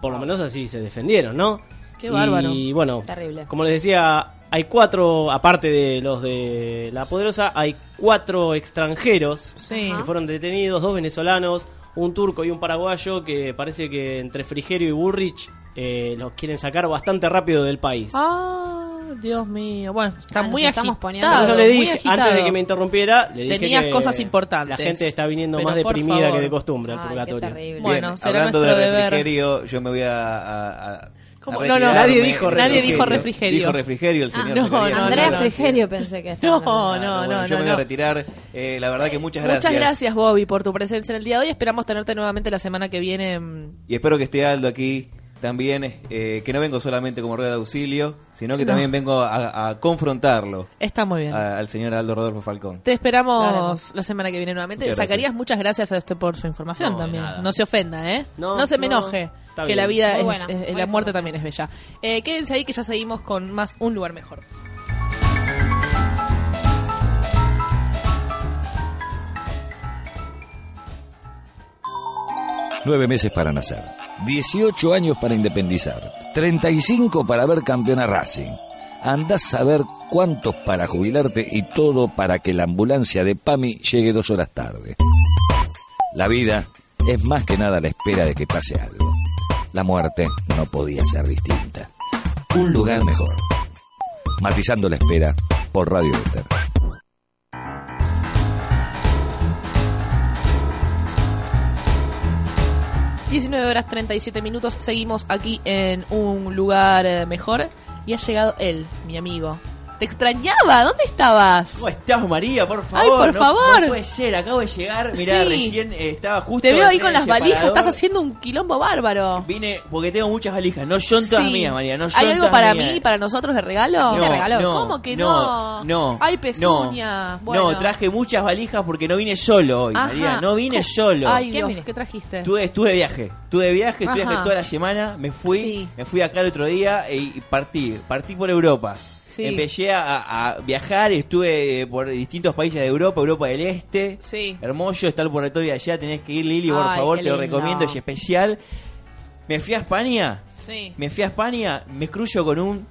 Speaker 5: por lo menos así se defendieron no
Speaker 2: Qué bárbaro.
Speaker 5: y bueno
Speaker 4: Terrible.
Speaker 5: como les decía hay cuatro aparte de los de la poderosa hay cuatro extranjeros
Speaker 2: Sí.
Speaker 5: que fueron detenidos dos venezolanos un turco y un paraguayo que parece que entre Frigerio y Burrich eh, los quieren sacar bastante rápido del país.
Speaker 2: Ah, Dios mío. Bueno, está
Speaker 4: Ah, nos
Speaker 2: muy
Speaker 4: estamos
Speaker 2: agitado.
Speaker 4: poniendo-
Speaker 5: Por eso le
Speaker 2: muy
Speaker 5: dije,
Speaker 2: agitado.
Speaker 5: antes de que me interrumpiera, le dije
Speaker 2: Tenías
Speaker 5: que
Speaker 2: cosas importantes.
Speaker 5: La gente está viniendo
Speaker 2: Pero
Speaker 5: más
Speaker 2: por
Speaker 5: deprimida
Speaker 2: favor.
Speaker 5: que de costumbre al
Speaker 4: Ay, qué
Speaker 5: purgatorio.
Speaker 4: terrible.
Speaker 2: Bueno,
Speaker 3: Bien,
Speaker 2: será
Speaker 3: hablando
Speaker 2: nuestro
Speaker 3: de
Speaker 2: deber.
Speaker 3: refrigerio, yo me voy a. a- a-
Speaker 2: ¿Cómo?
Speaker 3: a
Speaker 2: No, no.
Speaker 5: Nadie
Speaker 3: retirarme.
Speaker 5: dijo
Speaker 2: Nadie dijo refrigerio. Ah,
Speaker 3: Dijo refrigerio el señor.
Speaker 2: no,
Speaker 3: Zacarías.
Speaker 2: no,
Speaker 4: Andrea
Speaker 2: no, no.
Speaker 4: Frigerio pensé que
Speaker 2: No,
Speaker 4: estaba.
Speaker 2: no, no,
Speaker 3: bueno,
Speaker 2: no.
Speaker 3: Yo me voy
Speaker 2: no.
Speaker 3: a retirar. Eh, la verdad que muchas gracias.
Speaker 2: Muchas gracias, Bobby, por tu presencia en el día de hoy. Esperamos tenerte nuevamente la semana que viene. mm,
Speaker 3: Y espero que esté Aldo aquí también, eh, que no vengo solamente como rueda de auxilio, sino que también vengo a, a confrontarlo
Speaker 2: Está muy bien.
Speaker 5: Ah.
Speaker 3: a- al señor Aldo Rodolfo Falcón.
Speaker 2: Te esperamos
Speaker 4: Lo haremos.
Speaker 2: la semana que viene nuevamente.
Speaker 3: Muchas gracias.
Speaker 2: Zacarías, muchas gracias a usted por su información
Speaker 5: No, de
Speaker 2: también.
Speaker 5: nada.
Speaker 2: No se ofenda, ¿eh? No,
Speaker 5: No,
Speaker 2: se me
Speaker 5: no,
Speaker 2: enoje,
Speaker 5: está
Speaker 2: que
Speaker 5: bien.
Speaker 2: la vida,
Speaker 4: Muy
Speaker 2: es,
Speaker 4: buena,
Speaker 2: es- es-
Speaker 4: buena
Speaker 2: la muerte también es bella. Eh, quédense ahí que ya seguimos con más Un Lugar Mejor.
Speaker 6: Nueve meses para nacer, 18 años para independizar, 35 para ver campeón a Racing. Andás a ver cuantos para jubilarte y todo para que la ambulancia de PAMI llegue dos horas tarde. La vida es más que nada la espera de que pase algo. La muerte no podía ser distinta. Un lugar mejor. Matizando la espera por Radio Éter.
Speaker 2: Ujú. 19 horas 37 minutos, seguimos aquí en un lugar eh, mejor y ha llegado él, mi amigo. Te extrañaba, ¿dónde estabas?
Speaker 10: ¿Cómo estás, María? Por favor.
Speaker 2: Ay, por
Speaker 10: no-
Speaker 2: favor.
Speaker 10: No puede ser, acabo de llegar. Mirá,
Speaker 2: Sí.
Speaker 10: recién eh, estaba justo.
Speaker 2: Te veo ahí
Speaker 10: en
Speaker 2: con
Speaker 10: el
Speaker 2: las valijas,
Speaker 10: separador.
Speaker 2: estás haciendo un quilombo bárbaro.
Speaker 10: Vine porque tengo muchas valijas. No son todas
Speaker 2: Sí.
Speaker 10: mías, María. No son
Speaker 2: ¿Hay algo
Speaker 10: todas
Speaker 2: para
Speaker 10: mías.
Speaker 2: mí, para nosotros de regalo?
Speaker 10: No, no,
Speaker 2: ¿Cómo que
Speaker 10: no,
Speaker 2: no?
Speaker 10: no,
Speaker 2: Ay,
Speaker 10: no.
Speaker 2: pezuña. bueno.
Speaker 10: No, traje muchas valijas porque no vine solo hoy,
Speaker 2: Ajá.
Speaker 10: María. No vine
Speaker 2: Co-
Speaker 10: solo.
Speaker 2: Ay,
Speaker 11: ¿Quién
Speaker 2: Dios,
Speaker 11: viene?
Speaker 2: ¿qué trajiste?
Speaker 10: Estuve, estuve de viaje, estuve de viaje, estuve de
Speaker 2: Ajá.
Speaker 10: viaje toda la semana, me fui,
Speaker 2: Sí.
Speaker 10: me fui acá el otro día e, y y partí, partí por Europa.
Speaker 2: Sí.
Speaker 10: Empecé a, a viajar, estuve eh, por distintos países de Europa, Europa del Este.
Speaker 2: Sí.
Speaker 10: Hermoso, está el purgatorio allá, tenés que ir Lili, por
Speaker 2: Ay,
Speaker 10: favor,
Speaker 2: qué
Speaker 10: te lo
Speaker 2: lindo.
Speaker 10: recomiendo, es especial. Me fui a España,
Speaker 2: Sí.
Speaker 10: me fui a España, me cruzo con un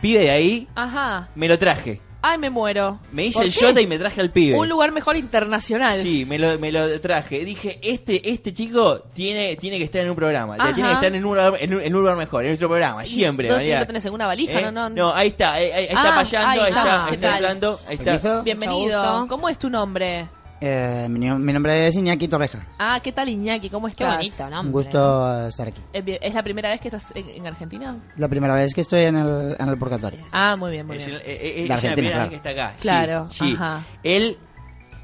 Speaker 10: pibe de ahí,
Speaker 2: Ajá.
Speaker 10: me lo traje.
Speaker 2: Ay, me muero.
Speaker 10: Me hice
Speaker 2: ¿Por
Speaker 10: el
Speaker 2: qué?
Speaker 10: shota y me traje al pibe.
Speaker 2: Un lugar mejor internacional.
Speaker 10: Sí, me lo, me lo traje. Dije, este, este chico tiene, tiene que estar en un programa.
Speaker 2: Ajá.
Speaker 10: Tiene que estar en un, lugar- en, un, en un lugar mejor, en otro programa, siempre.
Speaker 2: ¿Dónde
Speaker 10: María.
Speaker 2: lo tenés? ¿En una valija?
Speaker 10: ¿Eh?
Speaker 2: No, no.
Speaker 10: ahí está, ahí, ahí- ahí
Speaker 2: Ah,
Speaker 10: está payando,
Speaker 2: ahí
Speaker 10: ahí está,
Speaker 2: está.
Speaker 10: ahí
Speaker 2: ¿Qué
Speaker 10: está
Speaker 2: tal?
Speaker 10: hablando, ahí está.
Speaker 4: ¿Permiso?
Speaker 11: Mucho
Speaker 2: Bienvenido.
Speaker 11: gusto.
Speaker 2: ¿Cómo es tu nombre?
Speaker 12: Eh, mi, nom- mi nombre es Iñaki Torreja.
Speaker 2: Ah, ¿qué tal Iñaki? ¿Cómo
Speaker 11: Qué
Speaker 2: estás?
Speaker 11: bonito, ¿no?
Speaker 12: Un gusto estar aquí.
Speaker 2: Eh, bien, ¿Es la primera vez que estás en, en Argentina?
Speaker 12: La primera vez que estoy en el, en el purgatorio.
Speaker 2: Ah, muy bien, muy
Speaker 10: Es,
Speaker 2: bien.
Speaker 10: el- eh, eh, es
Speaker 12: La
Speaker 10: la
Speaker 12: Argentina,
Speaker 10: primera vez
Speaker 12: claro.
Speaker 10: que está acá. sí,
Speaker 2: Claro,
Speaker 10: sí.
Speaker 2: ajá.
Speaker 10: Él,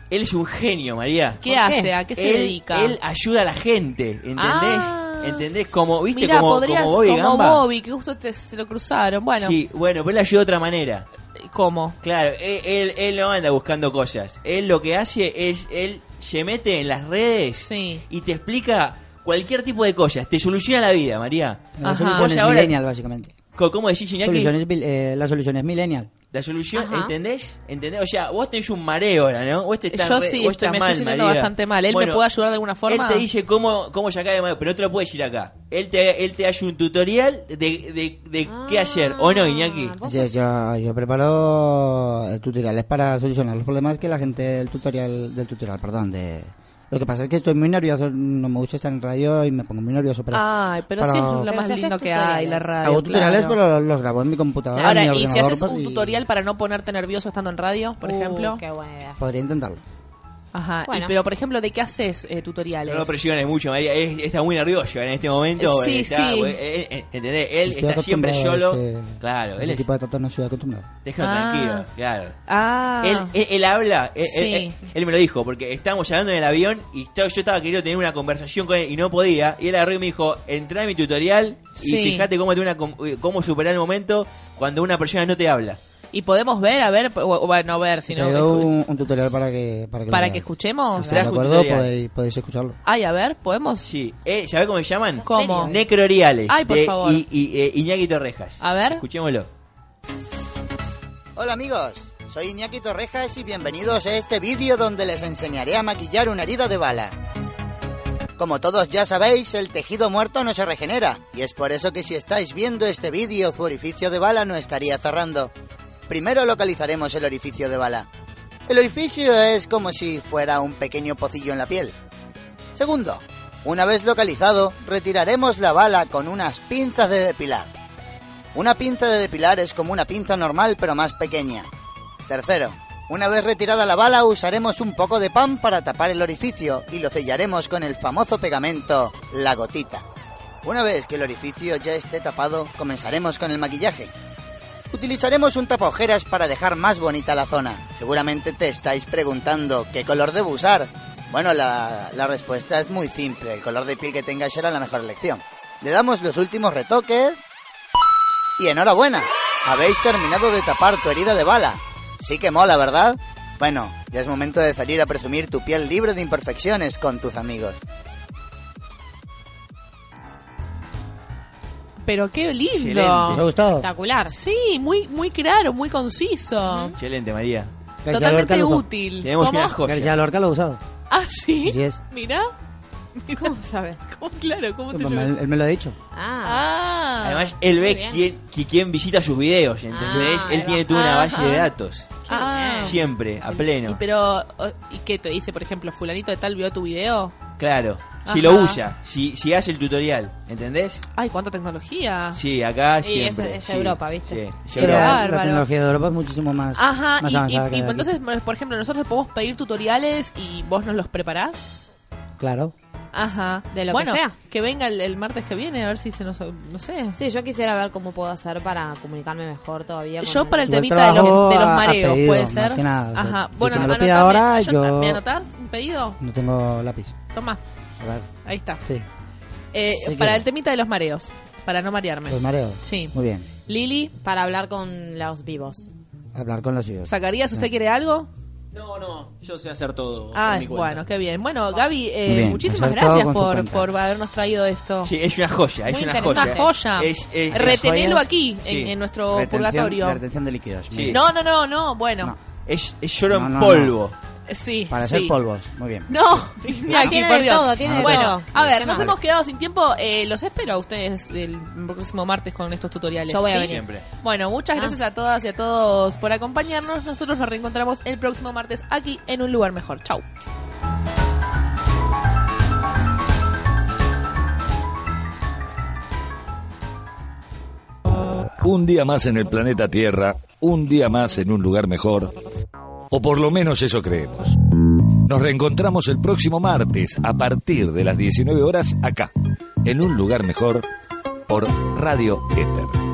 Speaker 10: él es un genio, María.
Speaker 2: ¿Qué hace? ¿A qué se
Speaker 10: él,
Speaker 2: dedica?
Speaker 10: Él ayuda a la gente, ¿entendés?
Speaker 2: Ah.
Speaker 10: ¿Entendés? Como, ¿viste?
Speaker 2: Mirá,
Speaker 10: como,
Speaker 2: podrías
Speaker 10: como Bobby Gamba.
Speaker 2: Bobby, que justo te- se lo cruzaron. Bueno,
Speaker 10: Sí, bueno, pero él ayuda de otra manera.
Speaker 2: ¿cómo?
Speaker 10: Claro, él, él, él no anda buscando cosas. Él lo que hace es, él se mete en las redes
Speaker 2: Sí.
Speaker 10: y te explica cualquier tipo de cosas. Te soluciona la vida, María.
Speaker 12: La
Speaker 2: Ajá. Pues
Speaker 12: solución
Speaker 10: Vos
Speaker 12: es
Speaker 10: ahora-
Speaker 12: millennial, básicamente.
Speaker 10: Co- ¿Cómo decís, Iñaki?
Speaker 12: Solución es mil- eh, la solución es millennial.
Speaker 10: La solución,
Speaker 2: Ajá.
Speaker 10: ¿entendés? ¿Entendés? O sea, vos tenés un mareo ahora, ¿no? Vos te estás
Speaker 2: Yo
Speaker 10: re-
Speaker 2: sí,
Speaker 10: vos
Speaker 2: estoy-
Speaker 10: estás
Speaker 2: me
Speaker 10: mal,
Speaker 2: estoy sintiendo
Speaker 10: María.
Speaker 2: bastante mal. ¿Él me
Speaker 10: Bueno,
Speaker 2: puede ayudar de alguna forma?
Speaker 10: Él te dice cómo, cómo sacar de mareo, pero no te lo puede decir acá. Él te, él te hace un tutorial de, de, de
Speaker 2: Ah.
Speaker 10: qué hacer, ¿o no, Iñaki?
Speaker 11: Vos
Speaker 12: Yo,
Speaker 11: sos-
Speaker 12: yo, yo preparo eh, tutoriales para solucionar los problemas que la gente del tutorial, del tutorial, perdón, de... Lo que pasa es que estoy muy nervioso, no me gusta estar en radio y me pongo muy nervioso, pero...
Speaker 2: Ay, pero
Speaker 12: para-
Speaker 2: sí es lo
Speaker 11: Pero
Speaker 2: más
Speaker 11: si haces
Speaker 2: lindo que
Speaker 11: tutoriales.
Speaker 2: hay, la radio.
Speaker 12: Hago tutoriales,
Speaker 2: claro.
Speaker 12: pero los, los grabo en mi computadora, en
Speaker 2: Ahora,
Speaker 12: mi
Speaker 2: ¿y si
Speaker 12: ordenador,
Speaker 2: haces
Speaker 12: pues,
Speaker 2: un
Speaker 12: y
Speaker 2: tutorial para no ponerte nervioso estando en radio, por
Speaker 11: Uh,
Speaker 2: ejemplo?
Speaker 11: Qué buena idea.
Speaker 12: Podría intentarlo.
Speaker 2: Ajá. y-
Speaker 11: Bueno.
Speaker 2: pero, por ejemplo, ¿de qué haces eh, tutoriales?
Speaker 10: No lo presiones mucho, María. Es- está muy nervioso en este momento.
Speaker 2: Sí,
Speaker 10: está,
Speaker 2: sí.
Speaker 10: eh, eh, ¿Entendés? Él
Speaker 12: Estoy
Speaker 10: está siempre
Speaker 12: acostumbrado
Speaker 10: solo.
Speaker 12: a este-
Speaker 10: Claro, él
Speaker 12: ese
Speaker 10: es,
Speaker 12: tipo de trato no estoy acostumbrado.
Speaker 10: déjalo
Speaker 2: Ah.
Speaker 10: tranquilo, claro.
Speaker 2: Ah.
Speaker 10: Él, él, él habla, él,
Speaker 2: Sí.
Speaker 10: él- él me lo dijo, porque estábamos hablando en el avión y yo, yo estaba queriendo tener una conversación con él y no podía. Y él agarró y me dijo, entra en mi tutorial y
Speaker 2: Sí.
Speaker 10: fíjate cómo, tener una com- eh, cómo superar el momento cuando una persona no te habla.
Speaker 2: ¿Y podemos ver, a ver, o- o- bueno, ver,
Speaker 12: He
Speaker 2: si no.
Speaker 12: traído
Speaker 2: escu-
Speaker 12: un, un tutorial para que para que, lo
Speaker 2: Para
Speaker 12: vean.
Speaker 2: que escuchemos.
Speaker 12: Si de
Speaker 10: Trajo un
Speaker 12: acuerdo,
Speaker 11: pues.
Speaker 10: tutorial.
Speaker 12: podéis, podéis escucharlo.
Speaker 2: Ay, a ver, ¿podemos?
Speaker 10: Sí. Eh, ¿Sabés cómo se llaman?
Speaker 2: ¿Cómo?
Speaker 10: Necroreales.
Speaker 2: Ay, por
Speaker 10: de
Speaker 2: favor.
Speaker 10: I- I- eh, Iñaki Torrejas.
Speaker 2: A ver.
Speaker 10: Escuchémoslo.
Speaker 12: Hola amigos, soy Iñaki Torrejas y bienvenidos a este vídeo donde les enseñaré a maquillar una herida de bala. Como todos ya sabéis, el tejido muerto no se regenera, y es por eso que si estáis viendo este vídeo su orificio de bala no estaría cerrando. Primero localizaremos el orificio de bala. El orificio es como si fuera un pequeño pocillo en la piel. Segundo, una vez localizado, retiraremos la bala con unas pinzas de depilar. Una pinza de depilar es como una pinza normal pero más pequeña. Tercero, una vez retirada la bala usaremos un poco de pan para tapar el orificio y lo sellaremos con el famoso pegamento la gotita. Una vez que el orificio ya esté tapado, comenzaremos con el maquillaje. Utilizaremos un tapaojeras para dejar más bonita la zona. Seguramente te estáis preguntando qué color debo usar. Bueno, la, la respuesta es muy simple. El color de piel que tengas será la mejor elección. Le damos los últimos retoques y enhorabuena, habéis terminado de tapar tu herida de bala. Sí que mola, ¿verdad? Bueno, ya es momento de salir a presumir tu piel libre de imperfecciones con tus amigos.
Speaker 2: Pero qué
Speaker 10: Excelente.
Speaker 2: lindo.
Speaker 4: gustado?
Speaker 11: Espectacular.
Speaker 2: Sí, muy muy claro, muy conciso.
Speaker 10: Excelente, María.
Speaker 2: Totalmente útil.
Speaker 10: Tenemos
Speaker 2: ¿Cómo?
Speaker 10: una joya.
Speaker 4: Lorca lo ha usado.
Speaker 2: Ah, sí.
Speaker 4: Así es.
Speaker 2: Mira.
Speaker 11: ¿Cómo sabes?
Speaker 2: ¿Cómo, claro, ¿cómo te
Speaker 4: Él, él me lo ha dicho.
Speaker 11: Ah.
Speaker 2: Ah,
Speaker 10: Además, él
Speaker 4: Muy
Speaker 10: ve
Speaker 4: bien.
Speaker 10: quién, qui- quién visita sus videos, ¿entendés?
Speaker 2: Ah, ahí
Speaker 10: él
Speaker 2: va.
Speaker 10: tiene toda una
Speaker 2: Ajá.
Speaker 10: base de datos.
Speaker 2: Ah.
Speaker 10: Siempre, a
Speaker 2: Y
Speaker 10: pleno.
Speaker 2: pero, o- ¿y qué te dice, por ejemplo, fulanito de tal vio tu video?
Speaker 10: Claro. Si
Speaker 2: Ajá.
Speaker 10: lo usa, si, si hace el tutorial, ¿entendés?
Speaker 2: Ay, cuánta tecnología.
Speaker 10: Sí, acá
Speaker 2: Ah. Y es-
Speaker 10: siempre.
Speaker 2: es
Speaker 10: sí,
Speaker 2: Europa, ¿viste?
Speaker 10: sí, es
Speaker 11: Pero
Speaker 10: Europa.
Speaker 11: la
Speaker 2: Bárbaro.
Speaker 11: tecnología de Europa es muchísimo más,
Speaker 2: Ajá,
Speaker 11: más
Speaker 2: y- y,
Speaker 11: avanzada que
Speaker 2: y
Speaker 11: la de aquí.
Speaker 2: entonces, por ejemplo, nosotros le podemos pedir tutoriales y vos nos los preparás.
Speaker 11: Claro.
Speaker 2: Ajá.
Speaker 4: De lo que
Speaker 2: bueno,
Speaker 4: sea.
Speaker 2: que venga el, el martes que viene, a ver si se nos. No sé.
Speaker 4: Sí, yo quisiera ver cómo puedo hacer para comunicarme mejor todavía. con
Speaker 2: Yo
Speaker 4: él.
Speaker 2: para el
Speaker 11: Igual
Speaker 2: temita de los,
Speaker 11: trabajo
Speaker 2: de los
Speaker 11: a- a
Speaker 2: mareos,
Speaker 11: pedido,
Speaker 2: puede
Speaker 11: más
Speaker 2: ser.
Speaker 11: que nada.
Speaker 2: Ajá.
Speaker 11: Si
Speaker 2: Bueno,
Speaker 11: me lo
Speaker 2: anotame-
Speaker 11: pide ahora,
Speaker 2: yo ta-
Speaker 11: yo-
Speaker 2: ¿me anotás un pedido?
Speaker 11: No tengo lápiz.
Speaker 2: Toma,
Speaker 11: A ver,
Speaker 2: ahí está.
Speaker 11: sí,
Speaker 2: Eh,
Speaker 11: Sí,
Speaker 2: para
Speaker 11: que-
Speaker 2: el temita de los mareos, para no marearme.
Speaker 11: los mareos.
Speaker 2: Sí.
Speaker 11: Muy bien.
Speaker 2: Lili,
Speaker 4: Para hablar con los vivos.
Speaker 11: Hablar con los videos.
Speaker 2: ¿Zacarías, usted quiere algo?
Speaker 5: No, no, yo sé hacer todo.
Speaker 2: Ah,
Speaker 5: por mi cuenta.
Speaker 2: bueno, qué bien. Bueno, Gaby, eh,
Speaker 11: Muy bien,
Speaker 2: muchísimas
Speaker 11: acertado
Speaker 2: gracias
Speaker 11: con su
Speaker 2: por,
Speaker 11: cuenta.
Speaker 2: por habernos traído esto.
Speaker 10: Sí, es una joya, es
Speaker 2: Muy
Speaker 10: una joya.
Speaker 2: interesante. Una joya.
Speaker 10: Es, es- es-
Speaker 2: Retenelo
Speaker 11: joyas.
Speaker 2: aquí, en-
Speaker 10: Sí.
Speaker 2: en, nuestro
Speaker 11: Retención-
Speaker 2: purgatorio.
Speaker 11: La retención de líquidos. muy
Speaker 10: Sí.
Speaker 11: bien.
Speaker 2: No, no, no, no, bueno.
Speaker 11: No.
Speaker 10: es- es lloro
Speaker 11: No,
Speaker 10: en
Speaker 11: no, no.
Speaker 10: polvo.
Speaker 2: Sí,
Speaker 11: Para
Speaker 2: sí.
Speaker 11: hacer polvos. Muy bien.
Speaker 2: No, Iñaki,
Speaker 4: tiene
Speaker 2: por
Speaker 4: de
Speaker 2: Dios.
Speaker 4: todo, tiene
Speaker 11: de
Speaker 2: Ah, Bueno,
Speaker 4: todo.
Speaker 2: a ver,
Speaker 4: ¿Qué
Speaker 2: nos
Speaker 4: más?
Speaker 2: hemos quedado sin tiempo. Eh, los espero a ustedes el próximo martes con estos tutoriales.
Speaker 4: Yo voy a
Speaker 2: ¿sí?
Speaker 4: venir. Ah.
Speaker 10: Siempre.
Speaker 2: Bueno, muchas gracias a todas y a todos por acompañarnos. Nosotros nos reencontramos el próximo martes aquí en un lugar mejor. Chau.
Speaker 6: Un día más en el planeta Tierra, un día más en un lugar mejor, o por lo menos eso creemos. Nos reencontramos el próximo martes a partir de las 19 horas acá, en un lugar mejor, por Radio Éter.